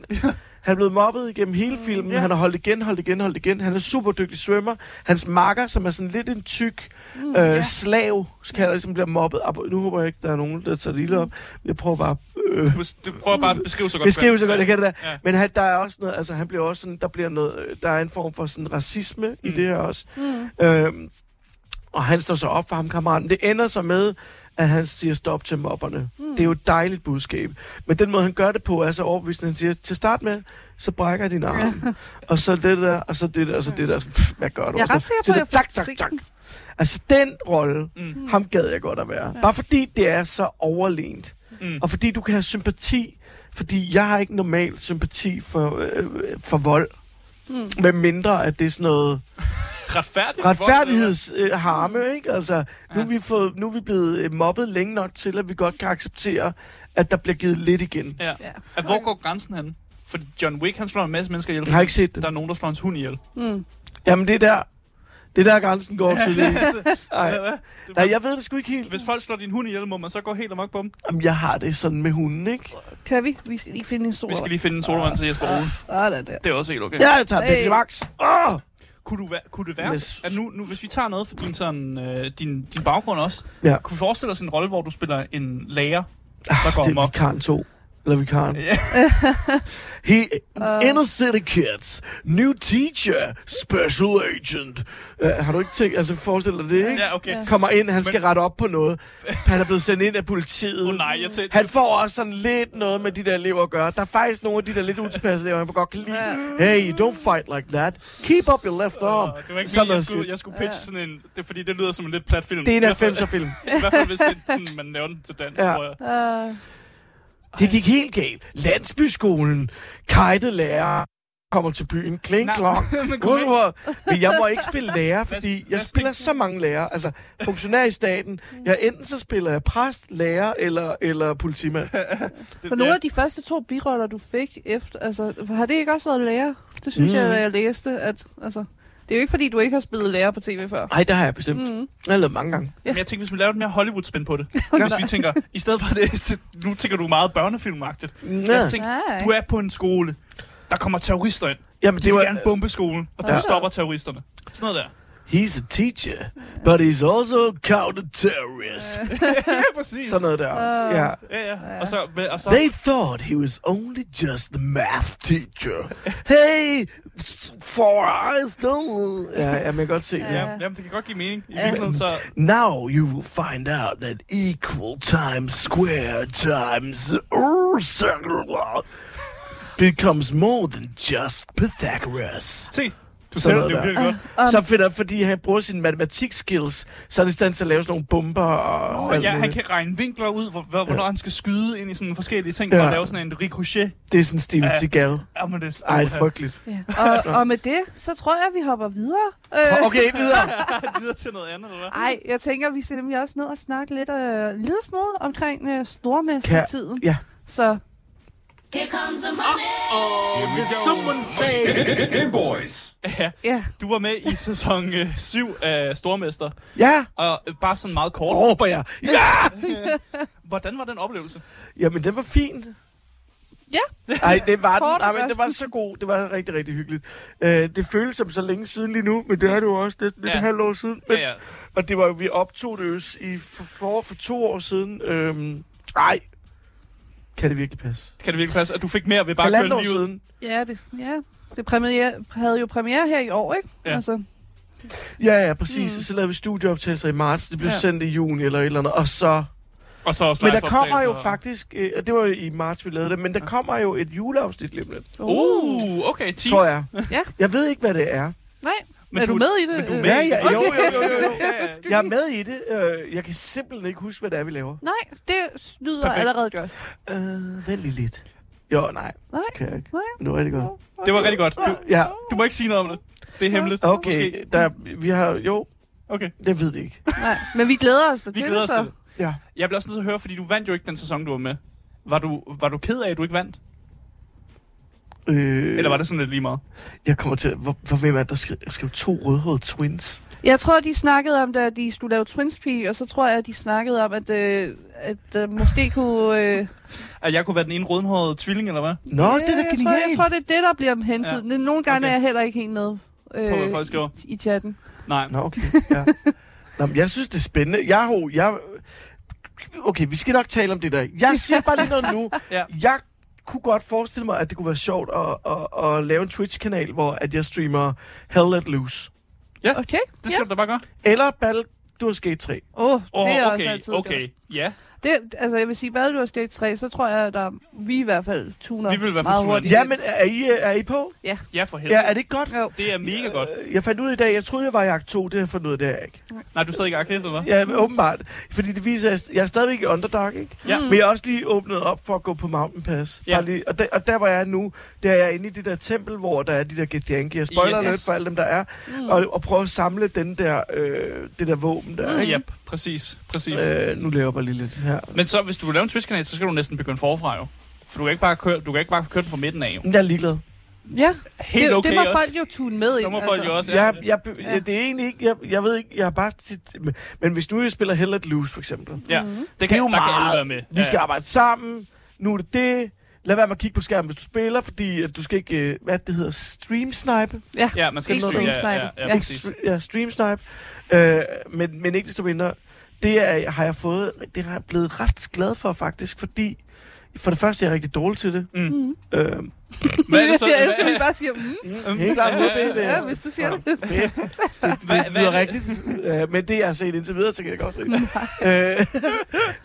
S3: han er blevet mobbet igennem hele filmen.
S1: Ja.
S3: Han har holdt igen, holdt igen, holdt igen. Han er super dygtig svømmer. Hans makker, som er sådan lidt en tyk
S2: Mm,
S3: øh, slav, skal han ligesom bliver mobbet. Ah, Nu håber jeg ikke, der er nogen, der tager det ilde op. Jeg prøver bare... Øh,
S1: Du, du prøver bare at beskrive så godt.
S3: beskrive så godt, jeg kan det der.
S1: Ja.
S3: Men han, der er også noget, altså han bliver også sådan, der bliver noget, øh, der er en form for sådan racisme mm. i
S1: Mm.
S3: det her også.
S2: Mm.
S3: Øhm, og han står så op for ham, kammeraten. Det ender så med, at han siger stop til mobberne. Mm. Det er jo et dejligt budskab. Men den måde, han gør det på, er så overbevisende. Han siger, til start med, så brækker jeg din arm. og så det der, og så det der, og så det der. Så, Pff, hvad gør du?
S2: Jeg er
S3: Og
S2: ret
S3: så-
S2: sikker
S3: så
S2: på, at
S3: det-
S2: jeg
S3: tak, tak,
S2: fik
S3: tak.
S2: set den.
S3: Altså, den rolle,
S1: Mm.
S3: mm. ham gad jeg godt at være. Ja. Bare fordi det er så overlænt.
S1: Mm.
S3: Og fordi du kan have sympati, fordi jeg har ikke normal sympati for, øh, for vold.
S2: Mm.
S3: Med mindre, at det er sådan noget
S1: Retfærdighed.
S3: retfærdighedsharme, øh, ikke? Altså, nu,
S1: Ja.
S3: er vi fået, nu er vi blevet øh, mobbet længe nok til, at vi godt kan acceptere, at der bliver givet lidt igen.
S1: Ja.
S2: Ja.
S1: At, hvor går grænsen hen? Fordi John Wick, han slår en masse mennesker ihjel.
S3: Jeg har ikke set det.
S1: Der er nogen, der slår hans hund ihjel.
S2: Mm.
S3: Jamen, det er der, det er der grænsen går til. Nej.
S1: Hvad?
S3: Nej, jeg ved det sgu ikke helt.
S1: Hvis folk slår din hund ihjel, må man så gå helt amok på dem.
S3: Jamen, jeg har det sådan med hunden, ikke?
S2: Kan vi? Vi skal lige finde en stor.
S1: Vi skal lige finde en sodavand til Jesper Rune.
S2: Sådan der.
S1: Det er også helt okay.
S3: Ah. Ja, jeg tager det
S2: Hey.
S3: til max. Åh!
S1: Kunne, du, væ- kunne det være,
S3: Hvis-
S1: at nu, nu, hvis vi tager noget fra din, sådan, øh, din, din baggrund også,
S3: Ja.
S1: kunne vi forestille os en rolle, hvor du spiller en lærer, der
S3: Ah,
S1: går
S3: det er
S1: amok?
S3: vikaren 2. Eller vikaren. Yeah. He, inner city kids, new teacher, special agent. Uh, har du ikke tænkt, altså forestil dig det, ikke?
S1: Ja, okay.
S2: Ja.
S3: Kommer ind, han skal rette op på noget. Han er blevet sendt ind af
S1: Åh
S3: politiet.
S1: oh, nej, jeg tænkte...
S3: Han får også sådan lidt noget med de der elever at gøre. Der er faktisk nogle af de der lidt utilpassede elever, han godt kan lide. Hey, don't fight like that. Keep up your left arm.
S1: Åh, det var ikke
S3: Sådan
S1: sådan, jeg,
S3: noget
S1: skulle,
S3: shit.
S1: jeg skulle pitche sådan en... Det, er fordi det lyder som en lidt plat film.
S3: Det er en
S1: I hvert fald-
S3: 90'er film.
S1: I hvert fald, hvis det, er sådan, man nævner den til dansk, ja.
S3: Ja.
S1: tror jeg.
S2: Uh,
S3: Det gik helt galt. Landsbyskolen. Kajtelærer kommer til byen. Kling
S1: Nej,
S3: klong.
S1: men kom ind.
S3: Hvorfor? Men jeg må ikke spille lærer, fordi
S1: Lad os- lad
S3: jeg
S1: os
S3: spiller
S1: tænke-
S3: så mange lærer. Altså, funktionær i staten. Jeg enten så spiller jeg præst, lærer eller, eller politimand.
S2: for nogle af de første to biroller, du fik efter, altså, har det ikke også været lærer? Det synes mm.
S3: Mm.
S2: jeg, da jeg læste, at, altså, det er jo ikke fordi, du ikke har spillet lærer på tv før.
S3: Nej, det har jeg bestemt.
S2: Mm.
S3: Jeg har lavet mange gange.
S1: Men jeg tænker, hvis vi laver et mere Hollywood-spænd på det. hvis vi tænker, i stedet for det, til- nu tænker du meget børnefilmagtigt. Lad os tænke,
S2: Nej.
S1: du er på en skole, der kommer terrorister ind.
S3: Jamen,
S1: De
S3: det
S1: vil
S3: var...
S1: gerne bombe skolen, og du
S2: Ja.
S1: stopper terroristerne. Sådan noget der.
S3: He's a teacher, but he's also a counter-terrorist.
S1: Ja, Oh. præcis.
S3: Sådan noget der. Ja.
S1: Ja, ja. Og så, med- og så
S3: They thought he was only just the math teacher. Hey, four eyes, don't... Ja, ja, man kan godt se det.
S1: Ja, jamen, det kan godt give mening. I virkeligheden, så...
S3: Now you will find out that equal times square times er, circular becomes more than just Pythagoras.
S1: Se, du
S3: Sådan
S1: ser det
S3: noget
S1: jo
S3: der.
S1: virkelig godt.
S3: Um, så fedt, at fordi han bruger sine matematikskills, så er han i stand til at lave sådan nogle bomber og...
S1: Og
S3: alt
S1: ja, han
S3: muligt.
S1: kan regne vinkler ud, hvor, hvor, hvornår han skal skyde ind i sådan forskellige ting, for
S3: Ja.
S1: at lave sådan en ricochet.
S3: Det er sådan Steven
S1: Ja.
S3: Seagal.
S1: Ja, men det er
S3: Ej, frygteligt.
S2: Ja. Og, og med det, så tror jeg, vi hopper videre. Øh,
S3: Okay, videre.
S1: videre til noget andet, eller hvad?
S2: ej, jeg tænker, vi skal nemlig også nå at snakke lidt øh, en lille smule omkring øh, stormester-tiden.
S3: ja.
S2: Så
S6: Here comes the money.
S4: Here we go.
S1: Someone say...
S4: Boys.
S2: Ja.
S1: Du var med i sæson 7 af Stormester,
S3: Ja!
S1: og øh, bare sådan meget kort.
S3: Råber jeg. Ja!
S1: Hvordan var den oplevelse?
S3: Jamen, den var fin.
S2: Ja.
S3: Nej, det var
S2: Kort og
S3: den. Ej, men det var
S2: godt.
S3: så god. Det var rigtig, rigtig hyggeligt. Øh, det føles som så længe siden lige nu, men det er det jo også næsten ja.
S1: Ja.
S3: et halvt år siden. Men,
S1: Ja, ja.
S3: Og det var jo, vi optog det jo s- i for, for, for to år siden. Øhm, ej, kan det virkelig passe?
S1: Kan det virkelig passe, at du fik mere ved bare at
S3: Halvandet
S1: køre
S3: år
S1: lige ud?
S3: siden.
S2: Ja, det, ja. det premiere, havde jo premiere her i år, ikke?
S1: Ja.
S2: Altså,
S3: Ja, ja, præcis. Mm. Så lavede vi studieoptagelser i marts. Det blev ja.
S1: Ja.
S3: sendt i juni eller et eller andet. Og så...
S1: Og så også
S3: Men der kommer jo
S1: liveoptagelser og-
S3: faktisk... Øh, og det var jo i marts, vi lavede det. Men der kommer jo et juleafsnit lige om lidt.
S1: Uh, okay, tease.
S3: Tror jeg.
S2: Ja.
S3: Jeg ved ikke, hvad det er.
S2: Nej,
S1: Men
S2: er
S1: du-
S2: du med i det?
S1: men du er
S2: Øh,
S1: med
S3: Ja,
S1: i
S3: ja,
S1: det.
S3: jo, jo, jo, jo, jo.
S1: Ja, ja.
S3: Jeg er med i det. Øh, Jeg kan simpelthen ikke huske, hvad det er, vi laver.
S2: Nej, det lyder
S1: Perfekt.
S2: Perfekt. allerede godt.
S3: Øh, vent lige lidt. Jo, nej.
S2: Nej.
S3: Kan jeg ikke.
S2: Nej.
S3: Det var rigtig godt.
S1: Det var rigtig godt. Du,
S3: Ja,
S1: du må ikke sige noget om det. Det er hemmeligt.
S3: okay.
S1: Måske.
S3: Der, vi har... Jo,
S1: Okay.
S3: jeg ved det ikke.
S2: Nej, men vi glæder os da
S1: Vi
S2: til
S1: glæder
S2: det,
S1: os
S2: så.
S1: til det.
S3: Ja.
S1: Jeg bliver også nødt til at høre, fordi du vandt jo ikke den sæson, du var med. Var du, var du ked af, at du ikke vandt?
S3: Øh,
S1: Eller var det sådan lidt lige meget?
S3: Jeg kommer til... Hvor, hvor hvem er det, der skrev, skrev to rødhårede twins?
S2: Jeg tror, de snakkede om, da de skulle lave Twinspeak, og så tror jeg, de snakkede om, at, øh, at øh, måske kunne... Øh,
S1: At jeg kunne være den ene rødhårede tvilling, eller hvad?
S3: Nå, det er da
S2: jeg, tror,
S3: genialt.
S2: jeg tror, det er det, der bliver hentet. Ja. Nogle gange okay.
S1: Okay.
S2: er jeg heller ikke helt med øh,
S1: På hvad folk skriver.
S2: i chatten.
S1: Nej.
S3: Nå, okay. Ja. Nå, men jeg synes, det er spændende. Jeg, har jo- jeg, okay, vi skal nok tale om det der. Jeg siger bare lige noget nu.
S1: Ja.
S3: Jeg kunne godt forestille mig, at det kunne være sjovt at, at, at lave en Twitch-kanal, hvor at jeg streamer Hell Let Loose.
S2: Okay?
S1: Det skal ja. du da bare gøre.
S3: Eller Baldur's Gate 3.
S2: Åh, oh,
S1: Åh,
S2: det er
S1: okay,
S2: også altid
S1: okay.
S2: godt.
S1: Ja,
S2: Det, altså, jeg vil sige, hvad du har slet 3, så tror jeg, der vi i hvert fald tuner
S1: Vi vil i hvert fald
S2: meget
S1: tune
S2: hurtigt.
S3: Ja, men er I, øh, er I på?
S1: ja for helvede.
S3: Ja, er det ikke godt?
S2: Jo.
S1: Det er mega godt.
S3: Øh, Jeg fandt ud i dag, jeg troede, jeg var i akt 2, det har jeg fundet ud af, det er jeg ikke.
S1: Nej, du er stadig ikke aktivt, eller hvad?
S3: Ja, åbenbart. Fordi det viser, at jeg er stadigvæk i underdog, ikke?
S1: Ja.
S2: Mm,
S3: Men jeg har også lige åbnet op for at gå på Mountain Pass.
S1: Mm. Ja.
S3: Ja. Bare lige, og, der, og der, hvor jeg er nu, der er jeg inde i det der tempel, hvor der er de der Githyanki. Jeg spoiler
S1: Yes.
S3: yes. lidt for alle dem, der er. Mm. Og, og prøve at samle den der, øh, det der våben der.
S1: Ja,
S3: Ikke?
S1: yep, præcis, Mm. præcis. Øh.
S3: Øh, nu laver jeg bare lige lidt her.
S1: Men så, hvis du vil lave en Twitch-kanal, så skal du næsten begynde forfra, jo. For du kan ikke bare køre, du kan ikke bare køre den fra midten af, jo.
S3: Jeg er ligeglad.
S2: ja.
S1: Helt
S2: det,
S1: okay
S2: det må
S1: også.
S2: folk jo altså. tune med
S1: så
S2: ind,
S1: må folk jo også, ja.
S3: Jeg, jeg, jeg, ja. Det er egentlig ikke, jeg, jeg ved ikke, jeg har bare... Tit, men, men hvis nu jeg spiller Hell at Loose, for eksempel.
S1: ja.
S2: Mm.
S1: Det, kan,
S3: Det er jo
S1: der kan alle
S3: meget.
S1: være med.
S3: Vi skal arbejde sammen. Nu er det det. Lad være med at kigge på skærmen, hvis du spiller, fordi at du skal ikke, øh, hvad det hedder, streamsnipe.
S2: Ja,
S1: Ja, man skal
S2: Ikke
S1: styre-
S2: stream
S1: ja, ja,
S2: snipe.
S1: ja,
S2: Ja.
S1: ja, præcis.
S3: Stre- ja, streamsnipe. Øh, men, men ikke desto mindre, det er, har jeg fået, det har jeg blevet ret glad for faktisk, fordi for det første er jeg rigtig dårlig til det.
S1: Mm.
S3: Øh,
S1: Hvad er det så?
S2: jeg elsker, at vi
S1: Hvad,
S2: bare siger, mm,
S3: helt klart modbid, det
S2: ja,
S3: er.
S2: hvis du siger det.
S3: Fedt. Det
S1: hvad,
S3: lyder
S1: hvad,
S3: rigtigt. Øh, men det, jeg har set indtil videre, så kan jeg godt se. Øh,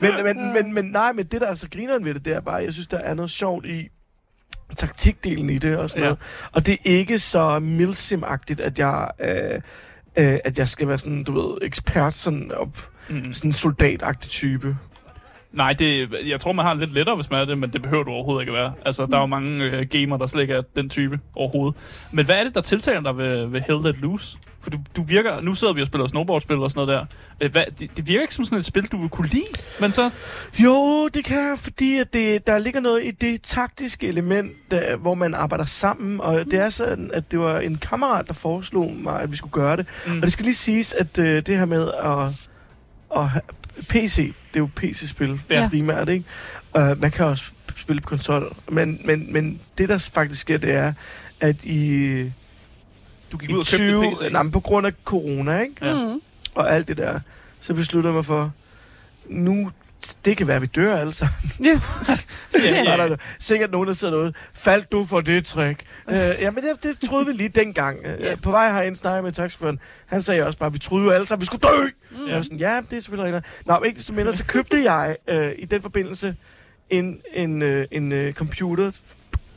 S3: men, men, men, men nej, men det, der er så grineren ved det, det er bare, jeg synes, der er noget sjovt i taktikdelen i det og sådan
S1: Ja.
S3: ja. noget. Og det er ikke så milsim-agtigt, at jeg... Øh, øh, at jeg skal være sådan, du ved, ekspert, sådan, op,
S1: Mm.
S3: sådan soldatagtig type.
S1: Nej, det, jeg tror, man har det lidt lettere, hvis man er det, men det behøver du overhovedet ikke at være. Altså, der er jo
S3: Mm.
S1: mange øh, gamer, der slet ikke er den type overhovedet. Men hvad er det, der tiltaler dig ved, ved Hell Let Loose? For du, du virker... Nu sidder vi og spiller snowboardspil og sådan noget der. Øh, hvad, det, det virker ikke som sådan et spil, du vil kunne lide, men så...
S3: Jo, det kan jeg, fordi at det, der ligger noget i det taktiske element, der, hvor man arbejder sammen, og
S1: Mm.
S3: det er sådan, at det var en kammerat, der foreslog mig, at vi skulle gøre det. Mm. Og det skal lige siges, at øh, det her med at, at have- PC, det er jo PC-spil
S1: Ja.
S3: ja. primært, ikke? Uh, man kan også spille på konsol, men, men, men det, der faktisk sker, det er, at i,
S1: Du gik
S3: i
S1: ud og købte
S3: 20,
S1: PC.
S3: nej, men på grund af corona, ikke?
S1: Ja.
S2: Mm.
S3: og alt det der, så beslutter jeg mig for, nu, det kan være, at vi dør alle sammen.
S2: Ja.
S1: ja,
S3: Ja.
S1: ja,
S3: Der er sikkert nogen, der sidder derude. Faldt du for det trick? øh, jamen, det, det troede vi lige dengang. Øh,
S2: Ja.
S3: På vej herind snakkede jeg med taxiføreren. Han sagde også bare, vi troede jo alle sammen, vi skulle dø! Mm. Jeg var sådan, ja, det er selvfølgelig rigtigt. Nå, men ikke desto mindre, så købte jeg øh, i den forbindelse en, en, øh, en øh, computer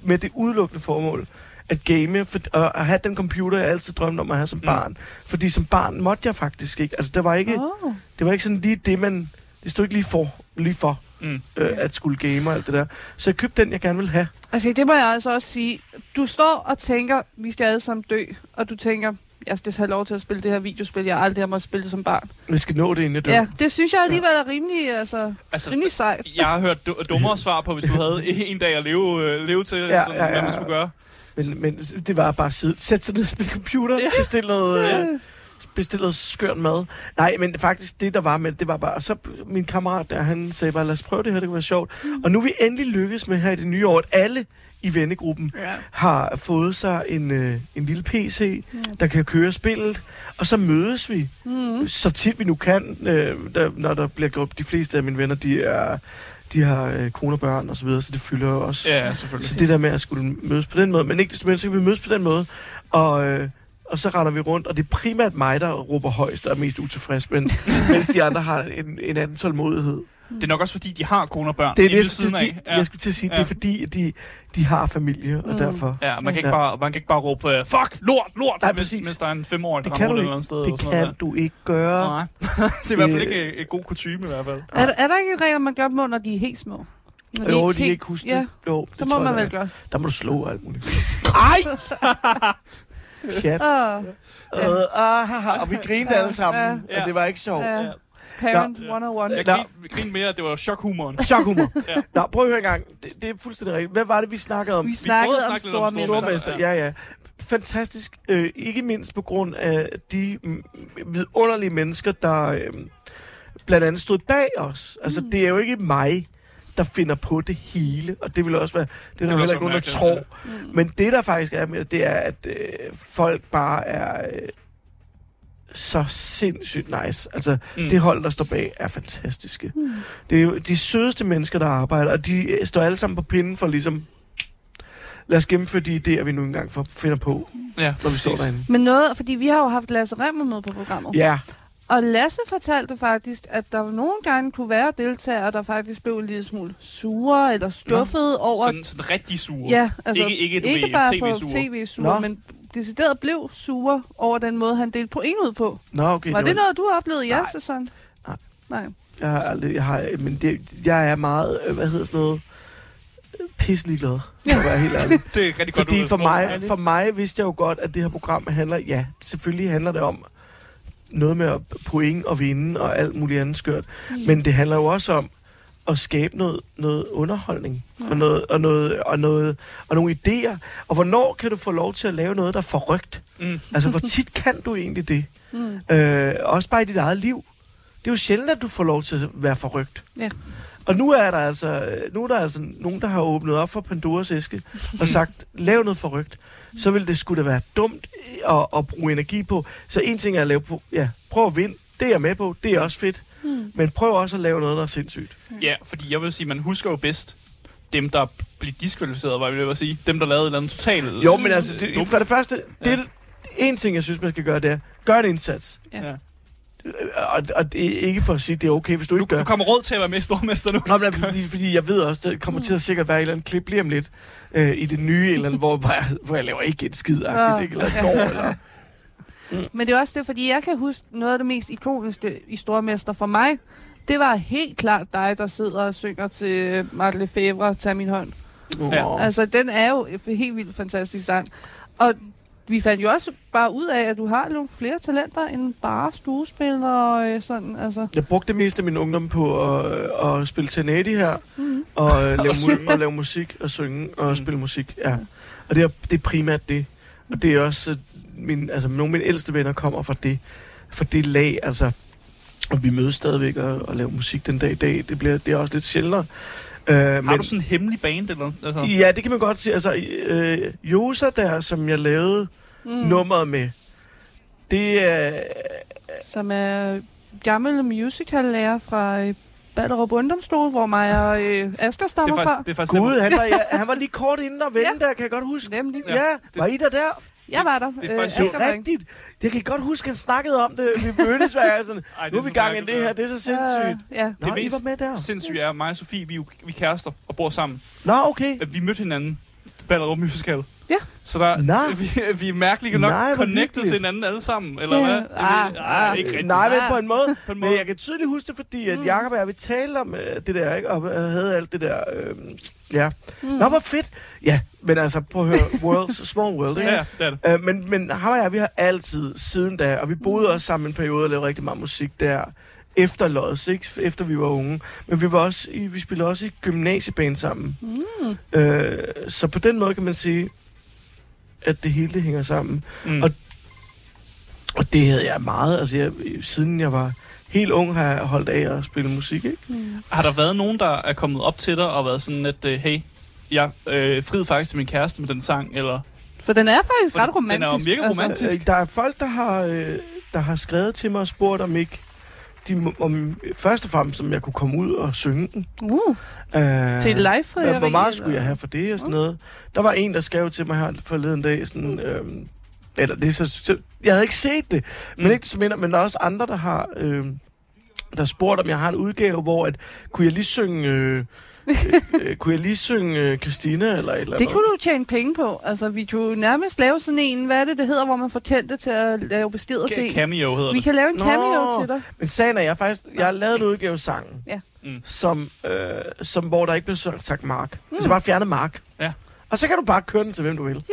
S3: med det udelukkende formål at game, for, og at have den computer, jeg altid drømte om at have som barn. Fordi som barn måtte jeg faktisk ikke. Altså, der var ikke,
S2: Oh.
S3: det var ikke sådan lige det, man... Det stod ikke lige for, lige for
S1: Mm.
S3: mm. øh, at skulle game og alt det der. Så jeg købte den, jeg gerne ville have.
S2: altså Okay, det må jeg altså også sige. Du står og tænker, vi skal alle sammen dø, og du tænker, jeg skal have lov til at spille det her videospil, jeg aldrig har måttet spille som barn.
S3: Vi skal nå det, inden jeg dør.
S2: Ja, det synes jeg alligevel er rimelig, altså,
S7: Altså,
S2: rimelig sejt.
S7: jeg har hørt du- dummere svar på, hvis du havde en dag at leve, øh, leve til,
S3: Ja,
S7: ja, sådan,
S3: ja,
S7: ja,
S3: ja.
S7: hvad man skulle gøre.
S3: Men, men det var bare at sidde, sætte sig ned og spille computer, ja. bestille noget, øh, bestille noget skørt mad. Nej, men faktisk det, der var med, det var bare... Og så min kammerat der, han sagde bare, lad os prøve det her, det kunne være sjovt. Mm. Og nu er vi endelig lykkes med her i det nye år, at alle i vennegruppen
S2: Ja.
S3: har fået sig en, øh, en lille PC, der kan køre spillet, og så mødes vi
S2: Mm.
S3: så tit vi nu kan, øh, der, når der bliver gjort. De fleste af mine venner, de er de har øh, kone og børn og så videre, så det fylder jo også.
S7: Ja, selvfølgelig.
S3: Så Altså, det der med at skulle mødes på den måde, men ikke desto mindre, så kan vi mødes på den måde, og, øh, og så render vi rundt, og det er primært mig, der råber højst og er mest utilfreds, men, mens de andre har en, en anden tålmodighed.
S7: Det er nok også, fordi de har kone og børn.
S3: Det
S7: lige
S3: er det,
S7: ved
S3: jeg, skulle,
S7: siden
S3: til-
S7: af.
S3: de, jeg skulle til at sige, ja. det er
S7: Ja.
S3: fordi, at de, de har familie, og
S2: Mm.
S3: mm. derfor...
S7: Ja, man kan ikke,
S3: Ja.
S7: bare, man kan ikke bare råbe, øh, fuck, lort, lort,
S3: Nej,
S7: Nej, mens,
S3: præcis.
S7: mens der er en femårig, der
S3: Det
S7: det
S3: kan
S7: kan
S3: du
S7: rundt et eller
S3: ikke.
S7: andet sted. og
S3: Det
S7: sådan noget
S3: kan
S7: der.
S3: du ikke gøre.
S7: Nej. det er i hvert fald
S3: Øh.
S7: ikke en god kutume i hvert fald.
S2: Er, der- er der ikke en regel, man gør dem, når de er helt små? Når
S3: Jo, de
S2: helt-
S3: kan ikke huske
S2: ja,
S3: det. Jo,
S2: Så
S3: det
S2: må
S3: tror
S2: man
S3: jeg,
S2: vel
S3: der
S2: gøre.
S3: er. Der må du slå og alt muligt. Nej! Chat.
S2: Åh,
S3: Øh, ah, haha, og vi grinede alle sammen,
S7: Ja.
S3: og det var ikke sjovt.
S2: ja. Parent 101.
S7: Jeg
S3: Nå.
S7: grinte- grinte mere, at det var chokhumoren.
S3: Chokhumor.
S7: Ja.
S3: Nå, prøv at høre engang. Det, det er fuldstændig rigtigt. Hvad var det, vi snakkede om?
S2: Vi snakkede
S7: prøvede at
S2: om
S7: snakke lidt om
S2: store
S7: store
S2: mester.
S3: Stormester. Ja, ja. Fantastisk. Øh, ikke mindst på grund af de mm, vidunderlige mennesker, der øh, blandt andet stod bag os. Altså, mm. det er jo ikke mig, der finder på det hele, og det vil også være, det er der
S7: vil
S3: heller
S7: også
S3: ikke nogen, der
S7: være
S3: tror.
S7: mærkeligt,
S3: Mm. Men det, der faktisk er med det, det er, at øh, folk bare er øh, så sindssygt nice. Altså,
S7: Mm.
S3: det hold, der står bag, er fantastiske. Mm. Det er jo de sødeste mennesker, der arbejder, og de øh, står alle sammen på pinden for ligesom, lad os gennemføre de idéer, vi nu engang får, finder på,
S7: Ja,
S3: når vi står
S7: præcis.
S3: derinde.
S2: Men noget, fordi vi har jo haft Lasse Remmer med på programmet.
S3: Ja,
S2: Og Lasse fortalte faktisk, at der nogle gange kunne være deltagere, der faktisk blev en lille smule sure eller skuffede over...
S7: Sådan, sådan rigtig sure.
S2: ja, altså
S7: Ikke- ikke, du
S2: ikke
S7: ved,
S2: bare
S7: TV-sure.
S2: for tv-sure,
S3: Nå.
S2: men decideret blev sure over den måde, han delte point ud på.
S3: nå okay.
S2: Var det
S3: var-
S2: noget, du oplevede i
S3: Nej.
S2: jeres sæson?
S3: Nej.
S2: Nej.
S3: Jeg har aldrig, jeg har, men det, jeg er meget, øh, hvad hedder sådan noget, øh, pisselig glad, for at være helt ærlig.
S7: Det er rigtig godt, du
S3: Fordi
S7: ved.
S3: for mig,
S2: ærligt.
S3: for mig vidste jeg jo godt, at det her program handler, ja, selvfølgelig handler det om noget med at- point og vinde og alt muligt andet skørt. Mm. Men det handler jo også om at skabe noget, noget underholdning og, noget, og, noget, og, noget, og nogle idéer. Og hvornår kan du få lov til at lave noget, der er forrygt?
S7: Mm.
S3: Altså, hvor tit kan du egentlig det?
S2: Mm.
S3: Øh, også bare i dit eget liv. Det er jo sjældent, at du får lov til at være forrygt.
S2: Ja.
S3: Og nu er der altså, nu er der altså nogen, der har åbnet op for Pandoras æske og sagt, lav noget forrygt. Så vil det skulle da være dumt at, at bruge energi på. Så en ting er at lave på, ja, prøv at vinde. Det er jeg med på. Det er også fedt.
S2: Mm.
S3: Men prøv også at lave noget, der er sindssygt.
S7: Ja, fordi jeg vil sige, man husker jo bedst dem, der blev diskvalificeret, var jeg ved at sige. Dem, der lavede et eller andet total...
S3: Jo, men altså,
S7: dumt.
S3: det, for det første, det er en ting, jeg synes, man skal gøre, det er, gør en indsats. Øh,
S2: Ja.
S7: Ja.
S3: Og, og det er ikke for at sige, det er okay, hvis du ikke
S7: Du,
S3: gør.
S7: du kommer råd til at være med i stormester nu.
S3: Nå, men, fordi, fordi jeg ved også, der kommer til at sikkert være et eller andet klip lige om lidt øh, i det nye, et eller andet, hvor, hvor, jeg, hvor jeg laver ikke et skid,
S2: Ja.
S3: ja. ikke, eller et går, eller...
S2: Hmm. Men det er også det, fordi jeg kan huske noget af det mest ikoniske i Stormester for mig. Det var helt klart dig, der sidder og synger til Mark Lefebvre, Tag min hånd.
S7: Ja.
S3: Åh.
S2: Altså, den er jo en helt vildt fantastisk sang. Og vi fandt jo også bare ud af, at du har nogle flere talenter end bare stuespil og øh, sådan, altså.
S3: Jeg brugte det meste af min ungdom på at, at spille Tenetti her,
S7: Mhm.
S3: mm. og, øh, lave, mu- og lave musik, og synge, og mm. spille musik, ja. Og det er, det er primært det. Og det er også, øh, min, altså nogle af mine ældste venner kommer fra det, fra det lag, altså, og vi mødes stadigvæk og, og laver musik den dag i dag. Det, bliver, det er også lidt sjældnere. Uh,
S7: Har du sådan en hemmelig band eller sådan noget?
S3: Ja, det kan man godt sige. Altså, øh, Josa der, som jeg lavede mm. nummeret med, det er...
S2: Som er gammel musical-lærer fra øh, Ballerup Ungdomsstol, hvor mig og øh, Asger
S7: Det
S2: stammer
S7: er
S2: fra.
S7: faktisk, det er faktisk
S3: Gud,
S7: nemlig-
S3: han var, ja, han var lige kort inde og vende ja. der, kan jeg godt huske.
S2: Nemlig.
S3: Ja, ja var I der der?
S2: Jeg var der.
S7: det er
S2: øh,
S7: faktisk-
S3: Det
S2: Asger
S3: er
S2: var ikke.
S3: rigtigt. Jeg kan godt huske, han snakkede om det. Vi mødtes hver gang. Sådan,
S7: Ej, det
S3: nu er
S7: så
S3: vi i gang i
S7: mærkeligt,
S3: det her. Det er så sindssygt.
S2: Øh, ja.
S3: Nå,
S7: Det
S3: det I
S7: mest
S3: var med der.
S7: Sindssygt er, mig og Sofie, vi, er jo- vi er kærester og bor sammen.
S3: Nå, okay.
S7: Vi mødte hinanden. Ballerup Musical.
S2: Ja.
S7: Så der,
S3: Nej.
S7: vi, vi er mærkeligt nok
S3: Nej,
S7: Nej,
S3: hvor
S7: connected
S3: hyggeligt.
S7: til hinanden alle sammen, eller
S2: Ja.
S7: hvad?
S2: Ah,
S7: det, ah,
S2: ah.
S7: ikke rigtigt.
S3: Nej, men
S2: Ah.
S3: på en måde.
S7: På en måde.
S3: Men jeg kan tydeligt huske det, fordi at Jacob og jeg, vi talte om øh, det der, ikke? Og øh, havde alt det der, øh, ja. Mm. Nå, hvor fedt. Ja, men altså, prøv at høre, world, small world, ikke?
S7: Ja,
S2: Yes.
S7: det er det.
S3: Øh, men, men ham og jeg, vi har altid siden da, og vi boede
S2: Mm.
S3: også sammen en periode og lavede rigtig meget musik der efter Lods, ikke? Efter vi var unge. Men vi, var også i, vi spillede også i gymnasieband sammen. Mm. Øh, så på den måde kan man sige, at det hele det hænger sammen.
S7: Mm.
S3: Og, og det havde jeg meget. Altså, jeg, siden jeg var helt ung, har jeg holdt af at spille musik, ikke?
S7: Har der været nogen, der er kommet op til dig og været sådan, at øh, hey, jeg øh, friede faktisk til min kæreste med den sang, eller...
S2: For den er faktisk
S7: For
S2: ret
S7: den er jo
S2: romantisk. altså.
S7: mega romantisk.
S3: Øh, Der er folk, der har, øh, der har skrevet til mig og spurgt, om ikke de, må- om, først og fremmest, om jeg kunne komme ud og synge den.
S2: Uh,
S3: Øh,
S2: til et live
S3: Hvor, hvor meget skulle jeg have for det og sådan noget? Der var en, der skrev til mig her forleden dag, sådan... Øhm, eller det er så, så... Jeg havde ikke set det, men
S1: Mm.
S3: ikke desto mindre, men der er også andre, der har... Øhm, der spurgt, om jeg har en udgave, hvor at, kunne jeg lige synge... Øh, øh, kunne jeg lige synge øh, Christina eller et eller
S2: Det
S3: andet?
S2: kunne du jo tjene penge på. Altså, vi kunne jo nærmest lave sådan en, hvad er det, det hedder, hvor man får kendte til at lave beskeder til
S7: Ca-
S2: en.
S7: cameo hedder
S2: Vi
S7: det.
S2: kan lave en
S3: Nå.
S2: cameo til dig.
S3: Men sagen er, jeg har faktisk... Jeg har lavet en udgave af sangen,
S2: Ja.
S7: Mm.
S3: som, øh, som, hvor der ikke blev sagt sagt Mark. Mm. Altså bare fjernet Mark.
S7: Ja.
S3: Og så kan du bare køre den til, hvem du vil.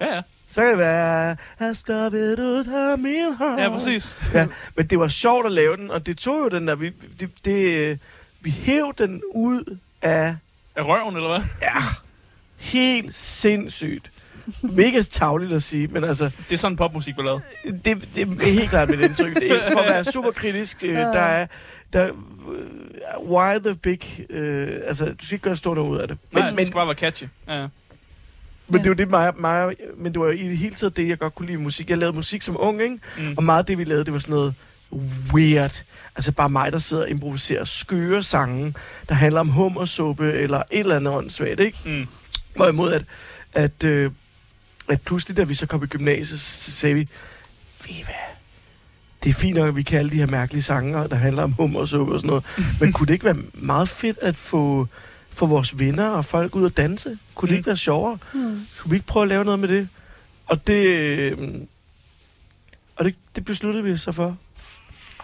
S7: Ja, ja.
S3: Så kan det være, jeg skal ved ud af min hånd.
S7: ja, præcis.
S3: Ja, men det var sjovt at lave den, og det tog jo den der... Vi, det, det, øh, vi hæv den ud af
S7: Er røven, eller hvad?
S3: helt sindssygt. Mega tavligt at sige, men altså,
S7: Det er sådan popmusik blev lavet.
S3: det, det er helt klart mit indtryk. Det er, for at være super kritisk, øh, der er... Der, øh, why the big... Øh, altså, du skal ikke gøre stort noget ud af det.
S7: Nej,
S3: Men,
S7: men, det
S3: men,
S7: skal bare være catchy. Ja, ja.
S3: men det var det, mig, mig, men det var jo i det hele taget det, jeg godt kunne lide ved musik. Jeg lavede musik som ung, ikke?
S7: Mm.
S3: Og meget af det, vi lavede, det var sådan noget weird. Altså bare mig, der sidder og improviserer skøre sange, der handler om hummersuppe eller et eller andet åndssvagt, ikke?
S7: Mm.
S3: Hvorimod at, at, øh, at pludselig, da vi så kom i gymnasiet, så sagde vi, ved I hvad, det er fint nok, at vi kan alle de her mærkelige sange, der handler om hummersuppe og sådan noget, men kunne det ikke være meget fedt at få for vores venner og folk ud at danse? Kunne det
S7: Mm.
S3: ikke være sjovere?
S2: Hmm.
S3: Kunne vi ikke prøve at lave noget med det? Og det... øh, Og det, det besluttede vi så for.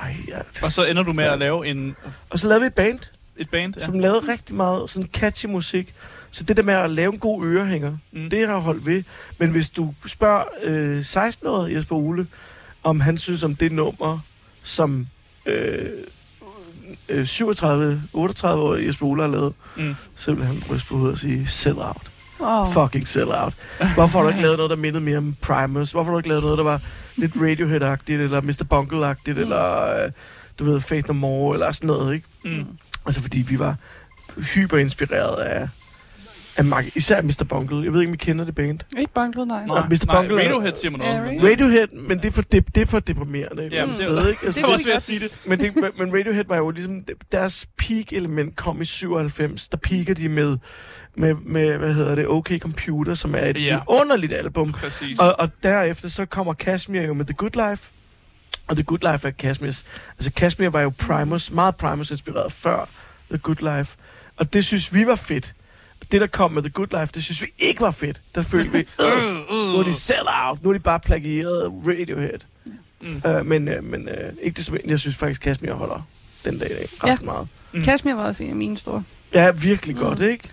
S3: Ej, ja.
S7: Og så ender du med at lave en,
S3: Og så lavede vi et band,
S7: et band.
S3: ja.
S7: Ja.
S3: som lavede rigtig meget sådan catchy musik. Så det der med at lave en god ørehænger,
S7: Mm.
S3: mm. det har jeg holdt ved. Men hvis du spørger øh, 16-årige Jesper Ole, om han synes om det nummer, som øh, øh, 37-38-årige Jesper Ole har lavet,
S7: Mm.
S3: mm. så vil han ryste på hovedet og sige, sell out
S2: Oh.
S3: fucking sell out. Hvorfor har du ikke lavet noget, der mindede mere om Primus? Hvorfor har du ikke lavet noget, der var lidt Radiohead-agtigt, eller Mr. Bungle-agtigt, mm. eller øh, du ved, Faith No More, eller sådan noget, ikke?
S2: Hmm.
S7: Mm.
S3: Altså, fordi vi var hyperinspireret af, af Mark, især Mr. Bungle. Jeg ved ikke, om I kender det band.
S2: Ikke banklet, nej.
S3: Og Mr. Bungle er-
S7: Radiohead siger man
S2: Ja,
S7: noget. om,
S2: Radiohead.
S7: men-
S3: Radiohead, men det er for, det, det er for deprimerende. et
S7: Ja,
S3: eller andet
S7: men det-
S3: sted, ikke? Altså,
S7: Det var
S2: kunne
S7: også
S2: vi
S7: ved
S2: godt
S7: at sige det.
S3: men, det, men Radiohead var jo ligesom deres peak-element kom i 97. Der peaker de med, med, med hvad hedder det, OK Computer, som er et
S7: Ja.
S3: ja. underligt album.
S7: Præcis.
S3: Og, og derefter så kommer Kashmir jo med The Good Life. Og The Good Life er Kashmirs. Altså Kashmir var jo Primus, meget Primus-inspireret før The Good Life. Og det synes vi var fedt. Det, der kom med The Good Life, det synes vi ikke var fedt. Der følte vi, øh, nu er de sell out, nu er de bare plagieret Radiohead.
S7: Mm.
S3: Mm. Uh, men uh, men uh, ikke desto mindre, jeg synes faktisk, Kashmir holder den dag i dag ret
S2: Ja.
S3: ja. meget.
S2: Kashmir Mm. var også en af mine store.
S3: Ja, virkelig mm. godt, ikke?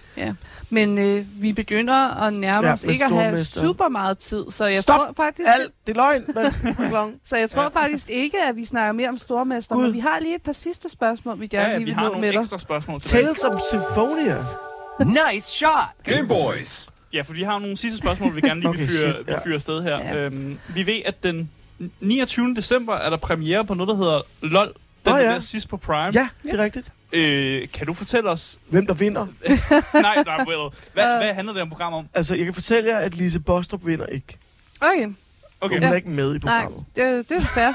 S2: Men øh, vi begynder at nærme
S3: Ja,
S2: os
S3: med
S2: ikke at have
S3: stormester.
S2: super meget tid, så jeg
S3: Stop!
S2: tror faktisk...
S3: Alt, det er løgn. Hvad er klokken?
S2: Så jeg tror ja. faktisk ikke, at vi snakker mere om stormester,
S3: Gud.
S2: men vi har lige et par sidste spørgsmål, vi gerne
S7: Ja, ja,
S2: lige
S7: vi
S2: vil
S7: har
S2: nå med
S7: nogle
S2: dig.
S7: ekstra spørgsmål til dig.
S3: Tales of Symphonia.
S8: Nice shot!
S4: Game Boys.
S7: Ja, for vi har nogle sidste spørgsmål, vi gerne lige vil
S3: Okay,
S7: fyre,
S3: shit,
S7: vi
S3: ja.
S7: fyre afsted her.
S2: Ja.
S7: Øhm, vi ved, at den 29. december er der premiere på noget, der hedder LOL. Den
S3: Nå
S7: oh,
S3: ja.
S7: ja. sidst på Prime.
S3: Ja, det er rigtigt.
S7: Øh, kan du fortælle os...
S3: Hvem der vinder?
S7: nej, nej, Will.
S2: Øh.
S7: Hvad, hvad handler det om program om?
S3: Altså, jeg kan fortælle jer, at Lise Bostrup vinder ikke.
S7: Okay.
S2: Okay,
S3: Hun er ikke med i
S2: nej,
S3: programmet.
S2: det, det er fair.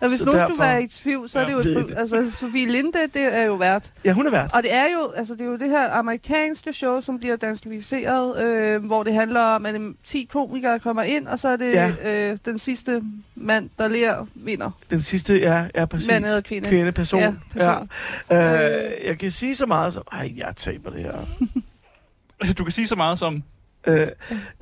S2: Og hvis
S3: Så
S2: nogen skulle
S3: derfor-
S2: være i tvivl, så er det jo...
S3: Ja. Ved
S2: Et,
S3: det.
S2: altså, Sofie Linde, det er jo vært.
S3: Ja, hun er vært.
S2: Og det er jo, altså, det er jo det her amerikanske show, som bliver danskviseret, øh, hvor det handler om, at øhm, 10 komikere kommer ind, og så er det ja. øh, den sidste mand, der lærer, vinder.
S3: Den sidste er, er præcis
S2: Mand eller kvinde.
S3: kvinde person.
S2: Ja,
S3: Ja,
S2: person.
S3: person. Ja. Øh, jeg kan sige så meget som... Ej, jeg taber det her.
S7: Du kan sige så meget som...
S3: Øh,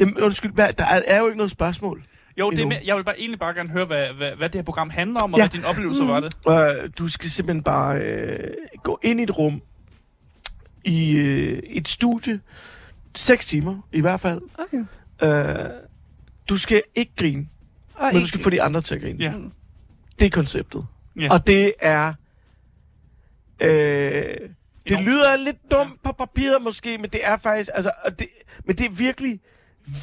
S3: jamen, undskyld, hvad, der er, er jo ikke noget spørgsmål.
S1: Jo, det er
S3: Endnu.
S1: med, jeg vil bare egentlig bare gerne høre, hvad, hvad, hvad det her program handler om, og
S3: Ja.
S1: ja. hvad dine oplevelser mm. var det.
S3: Øh, du skal simpelthen bare øh, gå ind i et rum, i øh, et studie, seks timer i hvert fald.
S2: Okay.
S3: Øh, du skal ikke grine,
S2: Og
S3: men du
S2: ikke- Mm.
S3: skal få de andre til at grine.
S1: Ja.
S3: Det er konceptet.
S1: Ja.
S3: Og det er... Øh, det
S1: Enormt.
S3: lyder lidt dumt på papiret måske, men det er faktisk... Altså, og det, men det er virkelig,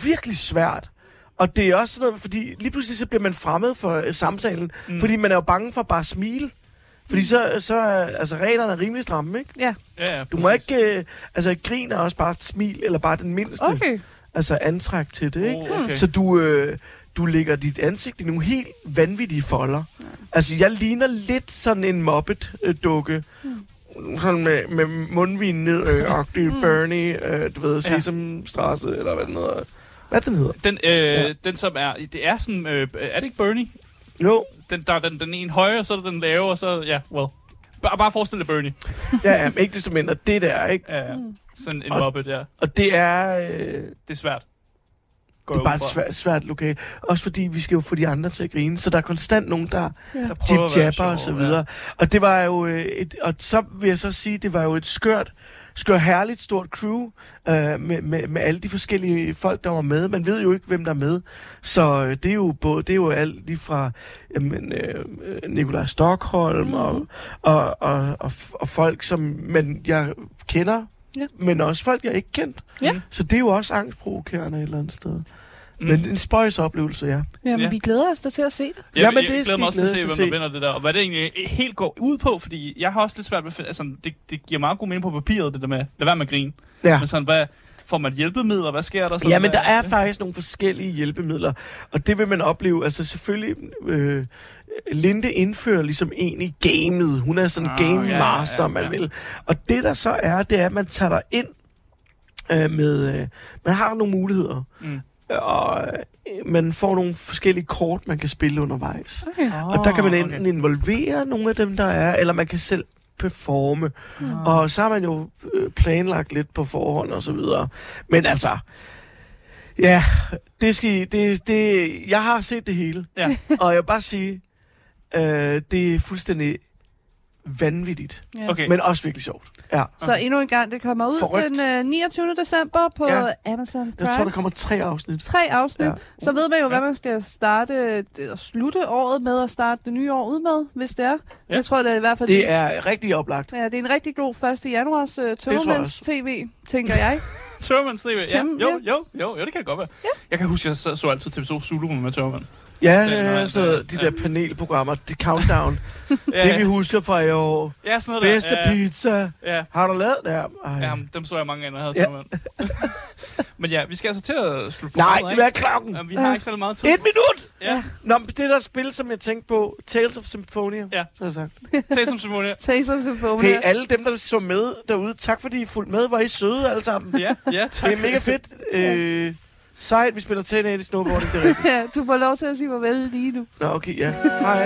S3: virkelig svært. Og det er også sådan noget, fordi lige pludselig så bliver man fremmed for øh, samtalen, mm. fordi man er jo bange for bare at smile.
S1: Mm.
S3: Fordi så, så er altså, reglerne er rimelig stramme, ikke?
S2: Ja,
S1: Ja, ja,
S3: Du må
S1: præcis.
S3: ikke... Øh, altså, griner også bare et smil, eller bare den mindste
S2: okay.
S3: altså, antræk til det, ikke?
S1: Oh, okay.
S3: Så du, øh, du lægger dit ansigt i nogle helt vanvittige folder. Ja. Altså, jeg ligner lidt sådan en Muppet-dukke. Mm. Sådan med, med mundvin ned, øh, agtig mm. Bernie, øh, du ved, Sesamstrasse, ja. eller hvad den hedder. Hvad den hedder?
S1: Den, øh,
S3: Ja.
S1: ja. den som er, det er sådan, øh, er det ikke Bernie?
S3: Jo,
S1: Den, der er den, den ene høje, og så er der den lave, og så, ja, well. Bare, bare forestil dig Bernie.
S3: ja, ja, men ikke desto mindre det der, ikke?
S1: Ja, ja. Sådan en
S3: Og-
S1: Muppet, ja.
S3: Og det er, øh, det
S1: Det er svært. Går
S3: er
S1: jeg
S3: bare
S1: ud
S3: et
S1: fra.
S3: svært, svært lokal. Også fordi vi skal jo få de andre til at grine, så der er konstant nogen, der
S1: Der prøver at
S3: jib
S1: være
S3: jabber og så
S1: sjov,
S3: videre. Og det var jo øh, et, og så vil jeg så sige, det var jo et skørt, skørt herligt stort crew øh, med, med, med alle de forskellige folk, der var med. Man ved jo ikke, hvem der er med. Så øh, det er jo både, det er jo alt lige fra jamen, øh, Nikolaj Stockholm
S2: Mhm.
S3: mm. og, og, og, og, og folk, som man, jeg kender,
S2: Ja.
S3: men også folk, jeg ikke kendt.
S2: Ja.
S3: Så det er jo også angstprovokerende et eller andet sted.
S1: Mm.
S3: Mm. Men en spøjs oplevelse, ja.
S2: Jamen,
S1: Ja.
S2: vi glæder os da til at se det.
S1: Jeg,
S3: Jamen,
S1: jeg,
S3: det
S1: jeg glæder
S3: skal I
S1: mig også til at
S3: glæde
S1: se,
S3: jer
S1: hvem der
S3: til
S1: vinder det der, og hvad det egentlig eh, helt går ud på, fordi jeg har også lidt svært ved at finde, altså, det, det giver meget god mening på papiret, det der med, lad være med at grine.
S3: ja.
S1: Men sådan, hvad, får man hjælpemidler, hvad sker der? Sådan,
S3: Ja, men der
S1: hvad-
S3: er faktisk nogle forskellige hjælpemidler, og det vil man opleve. Altså selvfølgelig, øh, Linde indfører ligesom en i gamet. Hun er sådan en
S1: Ah,
S3: game
S1: ja, ja,
S3: master,
S1: ja,
S3: om man
S1: ja.
S3: vil. Og det der så er, det er, at man tager dig ind øh, med... Øh, man har nogle muligheder.
S1: Mm.
S3: Og øh, man får nogle forskellige kort, man kan spille undervejs.
S2: Okay.
S3: Og der kan man
S1: Åh,
S3: enten okay. involvere nogle af dem, der er, eller man kan selv performe. Mm. Og så har man jo øh, planlagt lidt på forhånd og så videre. Men altså, ja, det skal I- det, det, jeg har set det hele.
S1: Ja.
S3: og jeg vil bare sige, øh, det er fuldstændig vanvittigt.
S2: Ja.
S1: Okay.
S3: Men også virkelig sjovt. Ja.
S2: Så endnu en gang, det kommer ud
S3: Forrygt.
S2: den øh, 29. december på
S3: Ja.
S2: ja. Amazon Prime.
S3: Jeg tror, der kommer tre afsnit.
S2: Tre afsnit.
S3: Ja.
S2: Ja. Så ved man jo, hvad man skal starte og slutte året med, og starte det nye år ud med, hvis det er.
S1: Ja.
S2: Ja. Jeg tror, det er i hvert fald...
S3: Det er rigtig oplagt.
S2: Ja, det er en rigtig god 1. januars uh,
S3: jeg
S2: tv tænker jeg.
S1: Tørman TV, ja.
S2: Tømmermænd,
S1: Jo,
S2: ja.
S1: jo, jo, jo, det kan jeg godt være. Ja. Jeg kan huske, jeg så, så altid TV2 Zulu med Tørman.
S3: Ja,
S1: Den har
S3: ja,
S1: jeg-
S3: så de der panelprogrammer, det countdown,
S1: Ja,
S3: det vi husker fra i år.
S1: ja, sådan noget
S3: Bedste
S1: der. Ja,
S3: pizza.
S1: ja.
S3: Har du lavet det her? Ej.
S1: Ja, men dem så jeg mange af, når jeg havde
S3: Ja.
S1: ja. Tørman. men ja, vi skal altså til at slutte
S3: Nej,
S1: programmet,
S3: hvad er
S1: ikke?
S3: klokken?
S1: Jamen, vi har ikke særlig meget tid.
S3: Et minut!
S1: Ja,
S3: Nå, men det der spil, som jeg tænkte på, Tales of Symphonia,
S1: Ja.
S3: så har jeg sagt.
S1: tag som Simone.
S2: Taser til bogen
S3: Hey, alle dem, der så med derude, tak fordi I fulgte med. Var I søde alle sammen?
S1: Ja, ja, tak.
S3: Det er mega fedt. Øh, sejt, vi spiller TNA i snowboarding, det er rigtigt.
S2: Ja, du får lov til at sige farvel lige nu.
S3: Nå, okay, ja. Hej.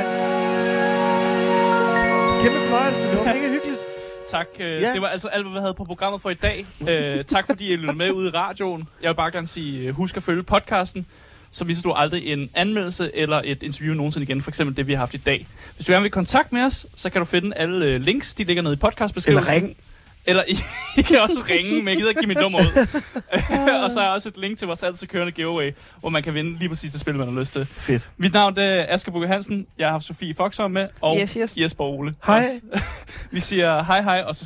S3: Kæmpe fornøjelse, det var mega hyggeligt.
S1: Tak. Øh,
S3: Ja.
S1: ja. Det var altså alt, hvad vi havde på programmet for i dag. øh, tak fordi I lyttede med ude i radioen. Jeg vil bare gerne sige, øh, husk at følge podcasten, så misser du aldrig en anmeldelse eller et interview nogensinde igen. For eksempel det, vi har haft i dag. Hvis du gerne vil i kontakt med os, så kan du finde alle øh, links, de ligger nede i podcastbeskrivelsen.
S3: Eller ring.
S1: Eller I, I kan også ringe, men jeg gider ikke give mit nummer ud. og så er også et link til vores altid kørende giveaway, hvor man kan vinde lige præcis det spil, man har lyst til.
S3: Fedt.
S1: Mit navn det er Asger Bukke Hansen. Jeg har haft Sofie Foxholm med, og
S2: Yes, yes.
S1: Jesper Ole.
S3: Hej.
S1: Vi siger hej hej, og så